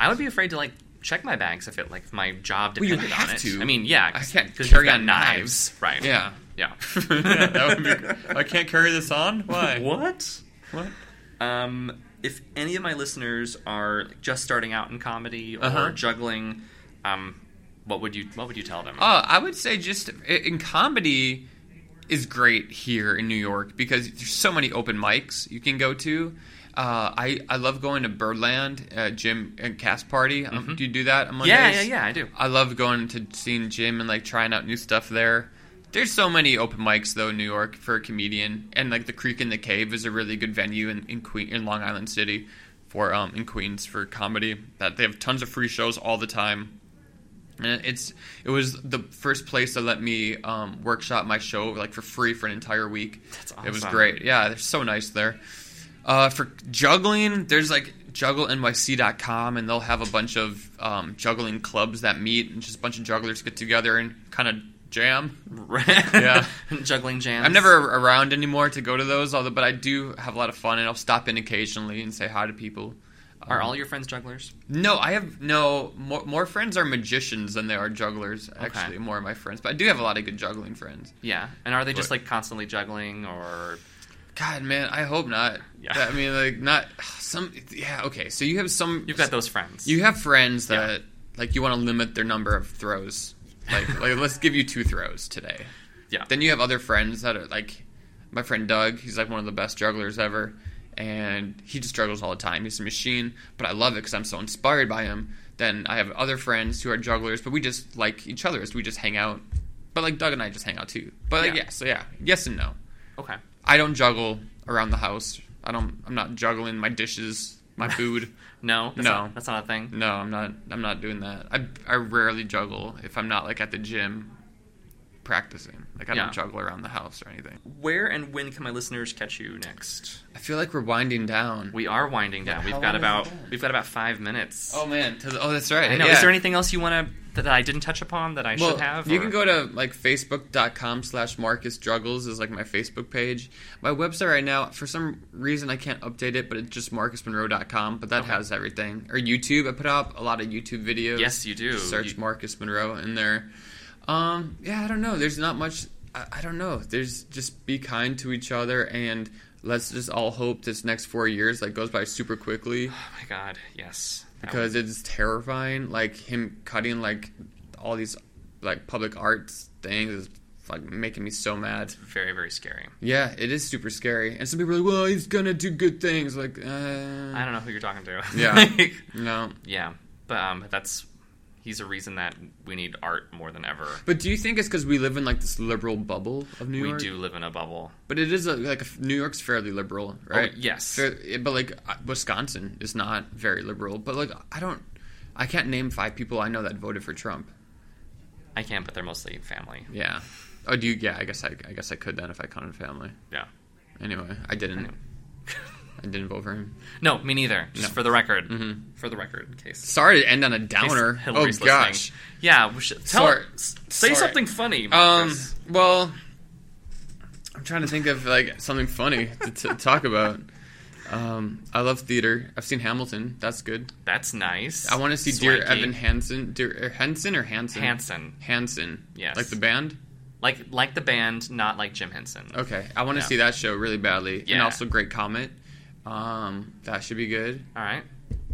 Speaker 1: I would be afraid to like check my bags if it like if my job
Speaker 3: Well, you
Speaker 1: depended on
Speaker 3: have
Speaker 1: it.
Speaker 3: to.
Speaker 1: I mean, yeah.
Speaker 3: I
Speaker 1: 'cause-
Speaker 3: can't
Speaker 1: 'cause
Speaker 3: carry
Speaker 1: you've got
Speaker 3: on
Speaker 1: knives.
Speaker 3: knives.
Speaker 1: Right.
Speaker 3: Yeah.
Speaker 1: Yeah.
Speaker 3: Yeah, that would be- I can't carry this on. Why?
Speaker 1: What?
Speaker 3: What?
Speaker 1: Um, if any of my listeners are just starting out in comedy or
Speaker 3: Uh-huh.
Speaker 1: juggling, um, what would you what would you tell them?
Speaker 3: Uh, I would say just i- in comedy is great here in New York because there's so many open mics you can go to. Uh, I I love going to Birdland, uh, Jim and Cast Party. Um, Do you do that on Mondays?
Speaker 1: Mm-hmm. yeah, yeah, yeah. I do.
Speaker 3: I love going to seeing Jim and like trying out new stuff there. There's so many open mics though in New York for a comedian, and like the Creek in the Cave is a really good venue in in, Queen, in Long Island City for um in Queens for comedy. That they have tons of free shows all the time. And it's it was the first place that let me um, workshop my show like for free for an entire week.
Speaker 1: That's
Speaker 3: It was
Speaker 1: awesome.
Speaker 3: great. Yeah, they're so nice there. Uh, for juggling, there's like jugglenyc.com, and they'll have a bunch of um, juggling clubs that meet, and just a bunch of jugglers get together and kind of jam.
Speaker 1: yeah. juggling jams.
Speaker 3: I'm never around anymore to go to those, although, but I do have a lot of fun, and I'll stop in occasionally and say hi to people.
Speaker 1: Are all your friends jugglers?
Speaker 3: No, I have no more, more friends are magicians than they are jugglers. Actually, more of my friends, but I do have a lot of good juggling friends.
Speaker 1: Yeah. And are they just
Speaker 3: Right.
Speaker 1: like constantly juggling or
Speaker 3: God, man, I hope not.
Speaker 1: Yeah.
Speaker 3: I mean, like not some. Yeah, okay. So you have some.
Speaker 1: you've got those friends?
Speaker 3: You have friends that like you want to limit their number of throws. Like, like let's give you two throws today.
Speaker 1: yeah.
Speaker 3: Then you have other friends that are like my friend Doug. He's like one of the best jugglers ever, and he just juggles all the time. He's a machine, but I love it because I'm so inspired by him. Then I have other friends who are jugglers, but we just like each other, so we just hang out. But like Doug and I just hang out too. But like,
Speaker 1: Yeah.
Speaker 3: yeah, so yeah, yes and no.
Speaker 1: okay.
Speaker 3: I I don't juggle around the house. I don't. I'm not juggling my dishes, my food.
Speaker 1: No, that's
Speaker 3: No.
Speaker 1: not, that's not a thing.
Speaker 3: no, I'm not. I'm not doing that. I I rarely juggle if I'm not like at the gym practicing. Like I
Speaker 1: Yeah.
Speaker 3: don't juggle around the house or anything.
Speaker 1: Where and when can my listeners catch you next?
Speaker 3: I feel like we're winding down.
Speaker 1: We are winding down.
Speaker 3: How
Speaker 1: We've
Speaker 3: long
Speaker 1: got
Speaker 3: is
Speaker 1: about
Speaker 3: it?
Speaker 1: we've got about five minutes.
Speaker 3: oh man. to the- oh, that's right.
Speaker 1: I know.
Speaker 3: Yeah.
Speaker 1: Is there anything else you want to that I didn't touch upon that I
Speaker 3: well,
Speaker 1: should have?
Speaker 3: you
Speaker 1: or-
Speaker 3: can go to like facebook.com slash marcus struggles is like my facebook page my website right now for some reason i can't update it but it's just marcusmonroe.com but that
Speaker 1: Okay.
Speaker 3: has everything or youtube i put up a lot of youtube videos
Speaker 1: Yes, you do.
Speaker 3: Just search
Speaker 1: You-
Speaker 3: marcus monroe in there um yeah i don't know there's not much I, I don't know there's just be kind to each other and let's just all hope this next four years like goes by super quickly
Speaker 1: Oh my god, yes. That
Speaker 3: because it's terrifying. Like him cutting like all these like public arts things is like making me so mad.
Speaker 1: was very very scary.
Speaker 3: Yeah, it is super scary. And some people are like, "Well, he's gonna do good things." Like, uh,
Speaker 1: I don't know who you're talking to.
Speaker 3: Yeah.
Speaker 1: Like,
Speaker 3: no.
Speaker 1: yeah. But um, that's he's a reason that we need art more than ever.
Speaker 3: But do you think it's because we live in like this liberal bubble of New
Speaker 1: we
Speaker 3: York?
Speaker 1: do live in a bubble.
Speaker 3: But it is a, like a, New York's fairly liberal, right?
Speaker 1: Oh, yes.
Speaker 3: Fair- it- but like uh, Wisconsin is not very liberal. But like I don't, I can't name five people I know that voted for Trump.
Speaker 1: I can't, but they're mostly family.
Speaker 3: Yeah. Oh, do you? Yeah, I guess I, I guess I could then if I counted family.
Speaker 1: Yeah.
Speaker 3: Anyway, I didn't.
Speaker 1: Anyway.
Speaker 3: I didn't vote for him.
Speaker 1: No, me neither. Just
Speaker 3: No.
Speaker 1: for the record.
Speaker 3: Mhm.
Speaker 1: For the record, in case.
Speaker 3: Sorry to end on a
Speaker 1: in case
Speaker 3: downer. Oh
Speaker 1: Hillary's
Speaker 3: gosh.
Speaker 1: Listening. Yeah. We should, tell,
Speaker 3: Sorry.
Speaker 1: s- Say
Speaker 3: Sorry.
Speaker 1: something funny.
Speaker 3: Um.
Speaker 1: Marcus.
Speaker 3: Well, I'm trying to think of like something funny to t- talk about. Um, I love theater. I've seen Hamilton. That's good.
Speaker 1: that's nice.
Speaker 3: I want to see Dear
Speaker 1: Swanky.
Speaker 3: Evan Hansen. Dear or Henson or Hanson.
Speaker 1: Hansen.
Speaker 3: Hanson.
Speaker 1: Yes.
Speaker 3: Like the band.
Speaker 1: Like like the band, not like Jim Henson.
Speaker 3: Okay. I want to
Speaker 1: Yeah.
Speaker 3: see that show really badly. And
Speaker 1: Yeah.
Speaker 3: also Great Comet. Um, that should be good.
Speaker 1: All right.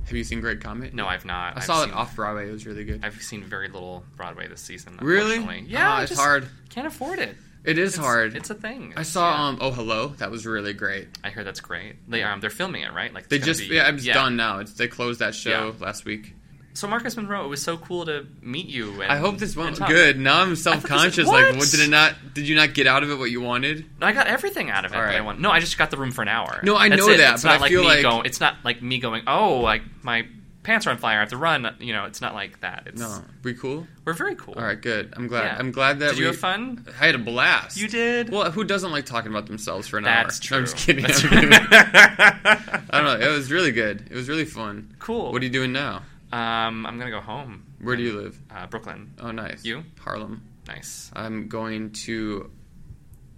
Speaker 3: Have you seen Great Comet?
Speaker 1: No, I've not.
Speaker 3: I
Speaker 1: I've
Speaker 3: saw
Speaker 1: seen-
Speaker 3: it off Broadway. It was really good.
Speaker 1: I've seen very little Broadway this season.
Speaker 3: Really?
Speaker 1: unfortunately. Yeah,
Speaker 3: Ah,
Speaker 1: I
Speaker 3: it's
Speaker 1: just
Speaker 3: hard.
Speaker 1: Can't afford it.
Speaker 3: It is hard.
Speaker 1: It's a thing.
Speaker 3: I saw
Speaker 1: Yeah.
Speaker 3: um Oh Hello. That was really great.
Speaker 1: I hear that's great. They um they're filming it right. Like it's
Speaker 3: They
Speaker 1: gonna
Speaker 3: just
Speaker 1: be-
Speaker 3: yeah, it's done now. It's they closed that show last week.
Speaker 1: So Marcus Monroe, it was so cool to meet you. And,
Speaker 3: I hope this
Speaker 1: and
Speaker 3: went
Speaker 1: talk.
Speaker 3: good. Now I'm self conscious. Like,
Speaker 1: what?
Speaker 3: what did it not? Did you not get out of it what you wanted?
Speaker 1: No, I got everything out of it.
Speaker 3: All
Speaker 1: that I
Speaker 3: right.
Speaker 1: want. No, I just got the room for an hour.
Speaker 3: No, I
Speaker 1: That's
Speaker 3: know
Speaker 1: it.
Speaker 3: that,
Speaker 1: It's
Speaker 3: but
Speaker 1: not
Speaker 3: I feel
Speaker 1: me
Speaker 3: like-
Speaker 1: going. It's not like me going. Oh, like my pants are on fire. I have to run. You know, it's not like that. It's
Speaker 3: No, we cool.
Speaker 1: we're very cool.
Speaker 3: All right, good. I'm glad.
Speaker 1: Yeah.
Speaker 3: I'm glad that
Speaker 1: Did
Speaker 3: we.
Speaker 1: you have fun?
Speaker 3: I had a blast.
Speaker 1: You did.
Speaker 3: Well, who doesn't like talking about themselves for an
Speaker 1: that's
Speaker 3: hour?
Speaker 1: true.
Speaker 3: No, I'm just kidding.
Speaker 1: That's
Speaker 3: I'm kidding.
Speaker 1: true.
Speaker 3: I don't know. It was really good. It was really fun.
Speaker 1: cool.
Speaker 3: What are you doing now?
Speaker 1: Um, I'm gonna go home.
Speaker 3: Where do you live?
Speaker 1: Uh, Brooklyn.
Speaker 3: Oh, nice.
Speaker 1: You?
Speaker 3: Harlem.
Speaker 1: Nice.
Speaker 3: I'm going to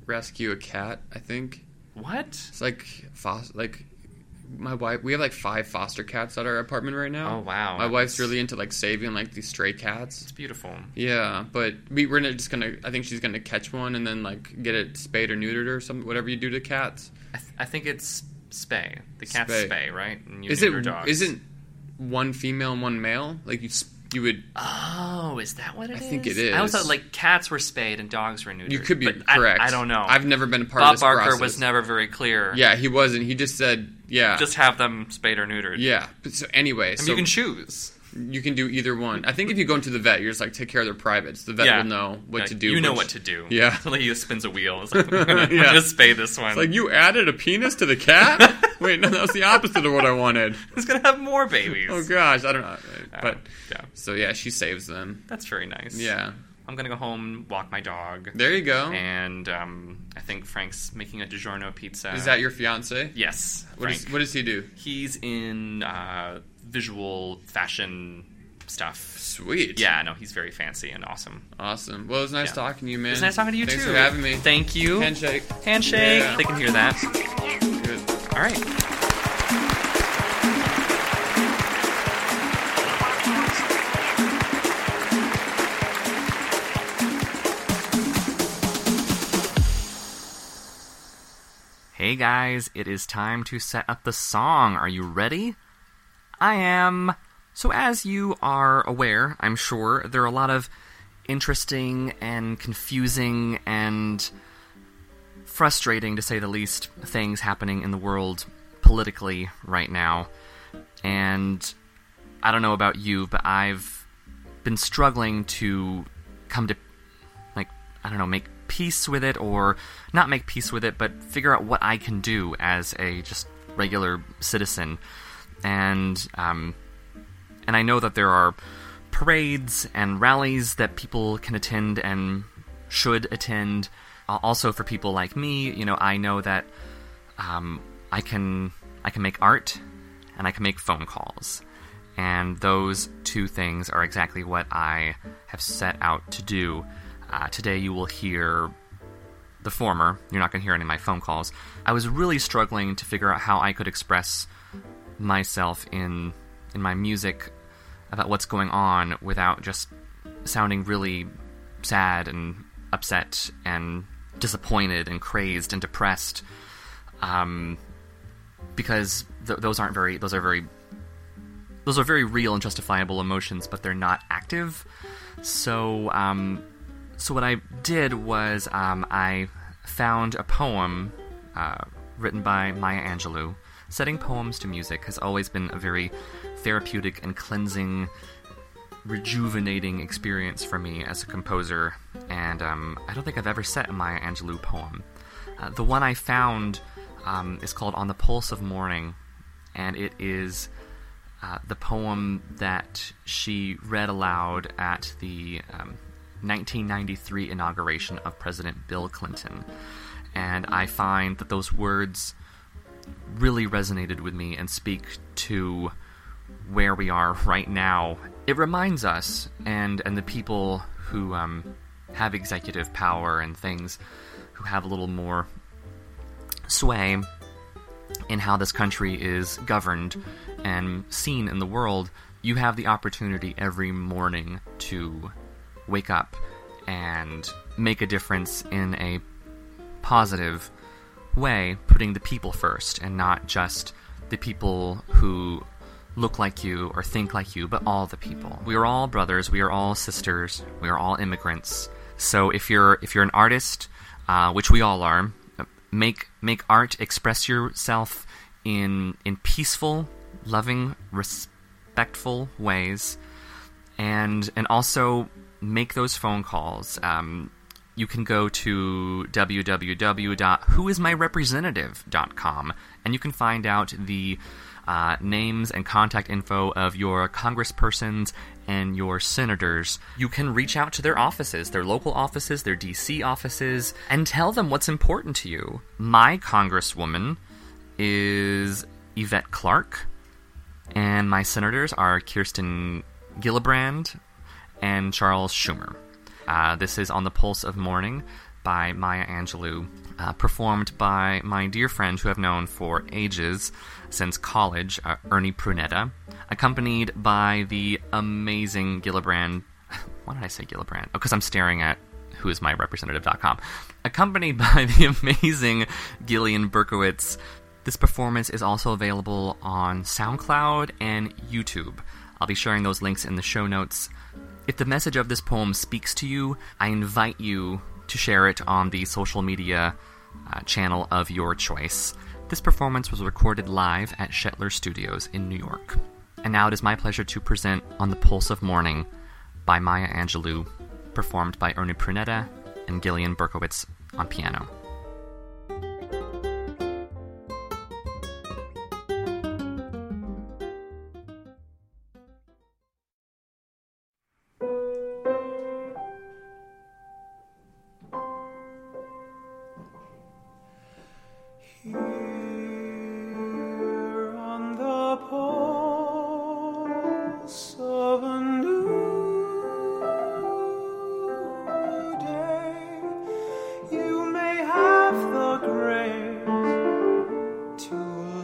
Speaker 3: rescue a cat. I think.
Speaker 1: What?
Speaker 3: It's like fos- like my wife. We have like five foster cats at our apartment right now.
Speaker 1: Oh wow.
Speaker 3: My wife's really into like saving like these stray cats.
Speaker 1: It's beautiful.
Speaker 3: Yeah, but we, we're gonna- just gonna. I think she's gonna catch one and then like get it spayed or neutered or something. Whatever you do to cats.
Speaker 1: I, th- I think it's spay. The cat's
Speaker 3: Spay.
Speaker 1: spay, right? And you
Speaker 3: Is
Speaker 1: do
Speaker 3: it
Speaker 1: your dogs.
Speaker 3: isn't one female and one male? Like you s- you would
Speaker 1: Oh, is that what it
Speaker 3: I
Speaker 1: is?
Speaker 3: think it
Speaker 1: I always
Speaker 3: is.
Speaker 1: thought like cats were spayed and dogs were neutered.
Speaker 3: you could be
Speaker 1: but I-
Speaker 3: correct.
Speaker 1: I, don't know.
Speaker 3: I've never been a part of
Speaker 1: Bob
Speaker 3: this
Speaker 1: Barker
Speaker 3: process.
Speaker 1: was never very clear.
Speaker 3: Yeah, he wasn't. He just said yeah.
Speaker 1: Just have them spayed or neutered.
Speaker 3: yeah. But so anyway,
Speaker 1: I mean,
Speaker 3: so
Speaker 1: you can choose.
Speaker 3: You can do either one. I think if you go into the vet, you're just like take care of their privates. The vet
Speaker 1: Yeah.
Speaker 3: will know what
Speaker 1: Like,
Speaker 3: to do.
Speaker 1: You know
Speaker 3: which-
Speaker 1: what to do.
Speaker 3: Yeah.
Speaker 1: Like he just spins a wheel. It's like, I'm gonna, I'm
Speaker 3: Yeah.
Speaker 1: gonna spay this one.
Speaker 3: It's like you added a penis to the cat. Wait, no, that was the opposite of what I wanted.
Speaker 1: He's gonna have more babies.
Speaker 3: Oh gosh, I don't know.
Speaker 1: Yeah.
Speaker 3: But
Speaker 1: yeah,
Speaker 3: so yeah, she saves them.
Speaker 1: that's very nice.
Speaker 3: Yeah,
Speaker 1: I'm gonna go home, walk my dog,
Speaker 3: there you go.
Speaker 1: and um, I think Frank's making a DiGiorno pizza.
Speaker 3: Is that your fiance?
Speaker 1: yes?
Speaker 3: What,
Speaker 1: Frank.
Speaker 3: is, what does he do?
Speaker 1: He's in uh, visual fashion stuff.
Speaker 3: Sweet.
Speaker 1: Yeah, no, he's very fancy and awesome.
Speaker 3: Awesome. Well, it was nice
Speaker 1: Yeah.
Speaker 3: talking to you, man.
Speaker 1: It's nice talking to you
Speaker 3: Thanks
Speaker 1: too.
Speaker 3: for having me.
Speaker 1: Thank you.
Speaker 3: Handshake.
Speaker 1: Handshake.
Speaker 3: Yeah.
Speaker 1: They can hear that.
Speaker 3: Good.
Speaker 1: All right. Hey guys, it is time to set up the song. Are you ready? I am. So, as you are aware, I'm sure, there are a lot of interesting and confusing and frustrating, to say the least, things happening in the world politically right now. And I don't know about you, but I've been struggling to come to, like, I don't know, make peace with it, or not make peace with it, but figure out what I can do as a just regular citizen. And um, and I know that there are parades and rallies that people can attend and should attend. Uh, also, for people like me, you know, I know that um, I can I can make art and I can make phone calls. And those two things are exactly what I have set out to do. Uh, today you will hear the former. You're not going to hear any of my phone calls. I was really struggling to figure out how I could express myself in in my music about what's going on without just sounding really sad and upset and disappointed and crazed and depressed. Um, because th- those aren't very those are very those are very real and justifiable emotions, but they're not active. So um, so what I did was um, I found a poem uh, written by Maya Angelou. Setting poems to music has always been a very therapeutic and cleansing, rejuvenating experience for me as a composer, and um, I don't think I've ever set a Maya Angelou poem. Uh, the one I found um, is called On the Pulse of Morning, and it is uh, the poem that she read aloud at the um, 1993 inauguration of President Bill Clinton. And I find that those words really resonated with me and speak to where we are right now. It reminds us and, and the people who um, have executive power and things who have a little more sway in how this country is governed and seen in the world, you have the opportunity every morning to wake up and make a difference in a positive way, putting the people first and not just the people who look like you or think like you, but all the people. We are all brothers, we are all sisters, we are all immigrants. So if you're if you're an artist, uh, which we all are, make make art, express yourself in in peaceful, loving, respectful ways, and and also make those phone calls. Um, you can go to www.whoismyrepresentative.com and you can find out the uh, names and contact info of your congresspersons and your senators. You can reach out to their offices, their local offices, their DC offices, and tell them what's important to you. My congresswoman is Yvette Clark, and my senators are Kirsten Gillibrand and Charles Schumer. Uh, this is On the Pulse of Morning by Maya Angelou, uh, performed by my dear friend who I've known for ages since college, uh, Ernie Prunetta, accompanied by the amazing Gillibrand. Why did I say Gillibrand? Oh, because I'm staring at whoismyrepresentative.com. Accompanied by the amazing Gillian Berkowitz. This performance is also available on SoundCloud and YouTube. I'll be sharing those links in the show notes. If the message of this poem speaks to you, I invite you to share it on the social media uh, channel of your choice. This performance was recorded live at Shetler Studios in New York. And now it is my pleasure to present On the Pulse of Morning by Maya Angelou, performed by Ernie Prunetta and Gillian Berkowitz on piano.
Speaker 5: Here on the pulse of a new day, you may have the grace to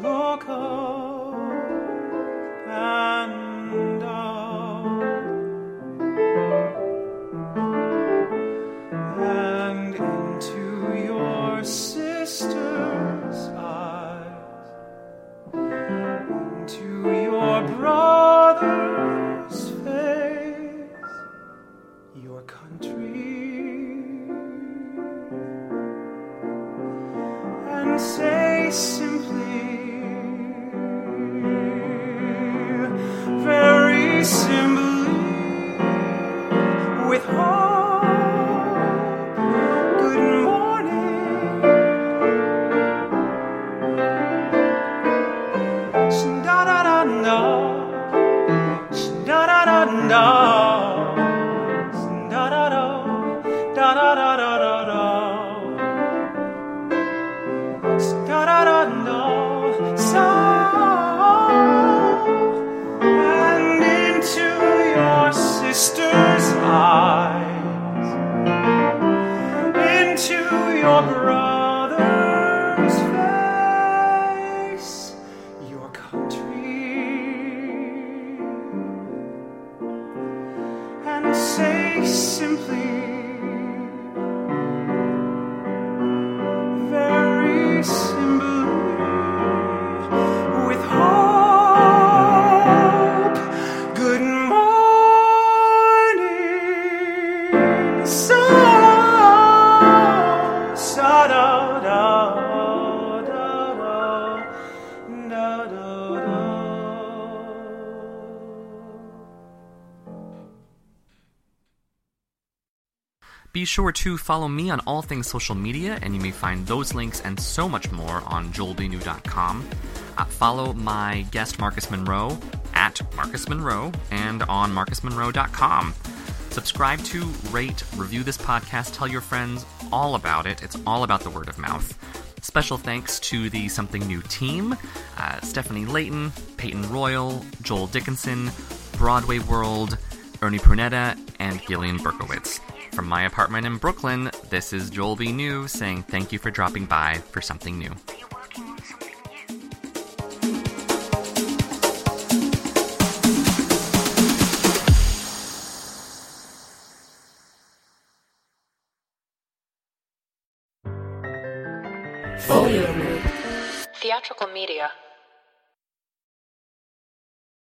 Speaker 5: look up and up and into your sister's eyes into your brother's face, your country, and say simply, very simply, with hope, good
Speaker 1: Be sure to follow me on all things social media, and you may find those links and so much more on joelbnew.com. Uh, follow my guest Marcus Monroe at Marcus Monroe and on marcusmonroe.com. Subscribe to, rate, review this podcast, tell your friends all about it. It's all about the word of mouth. Special thanks to the Something New team uh, Stephanie Layton, Peyton Royal, Joel Dickinson, Broadway World, Ernie Prunetta, and Gillian Berkowitz. From my apartment in Brooklyn, this is Joel B. New saying thank you for dropping by for something new.
Speaker 6: Theatrical media.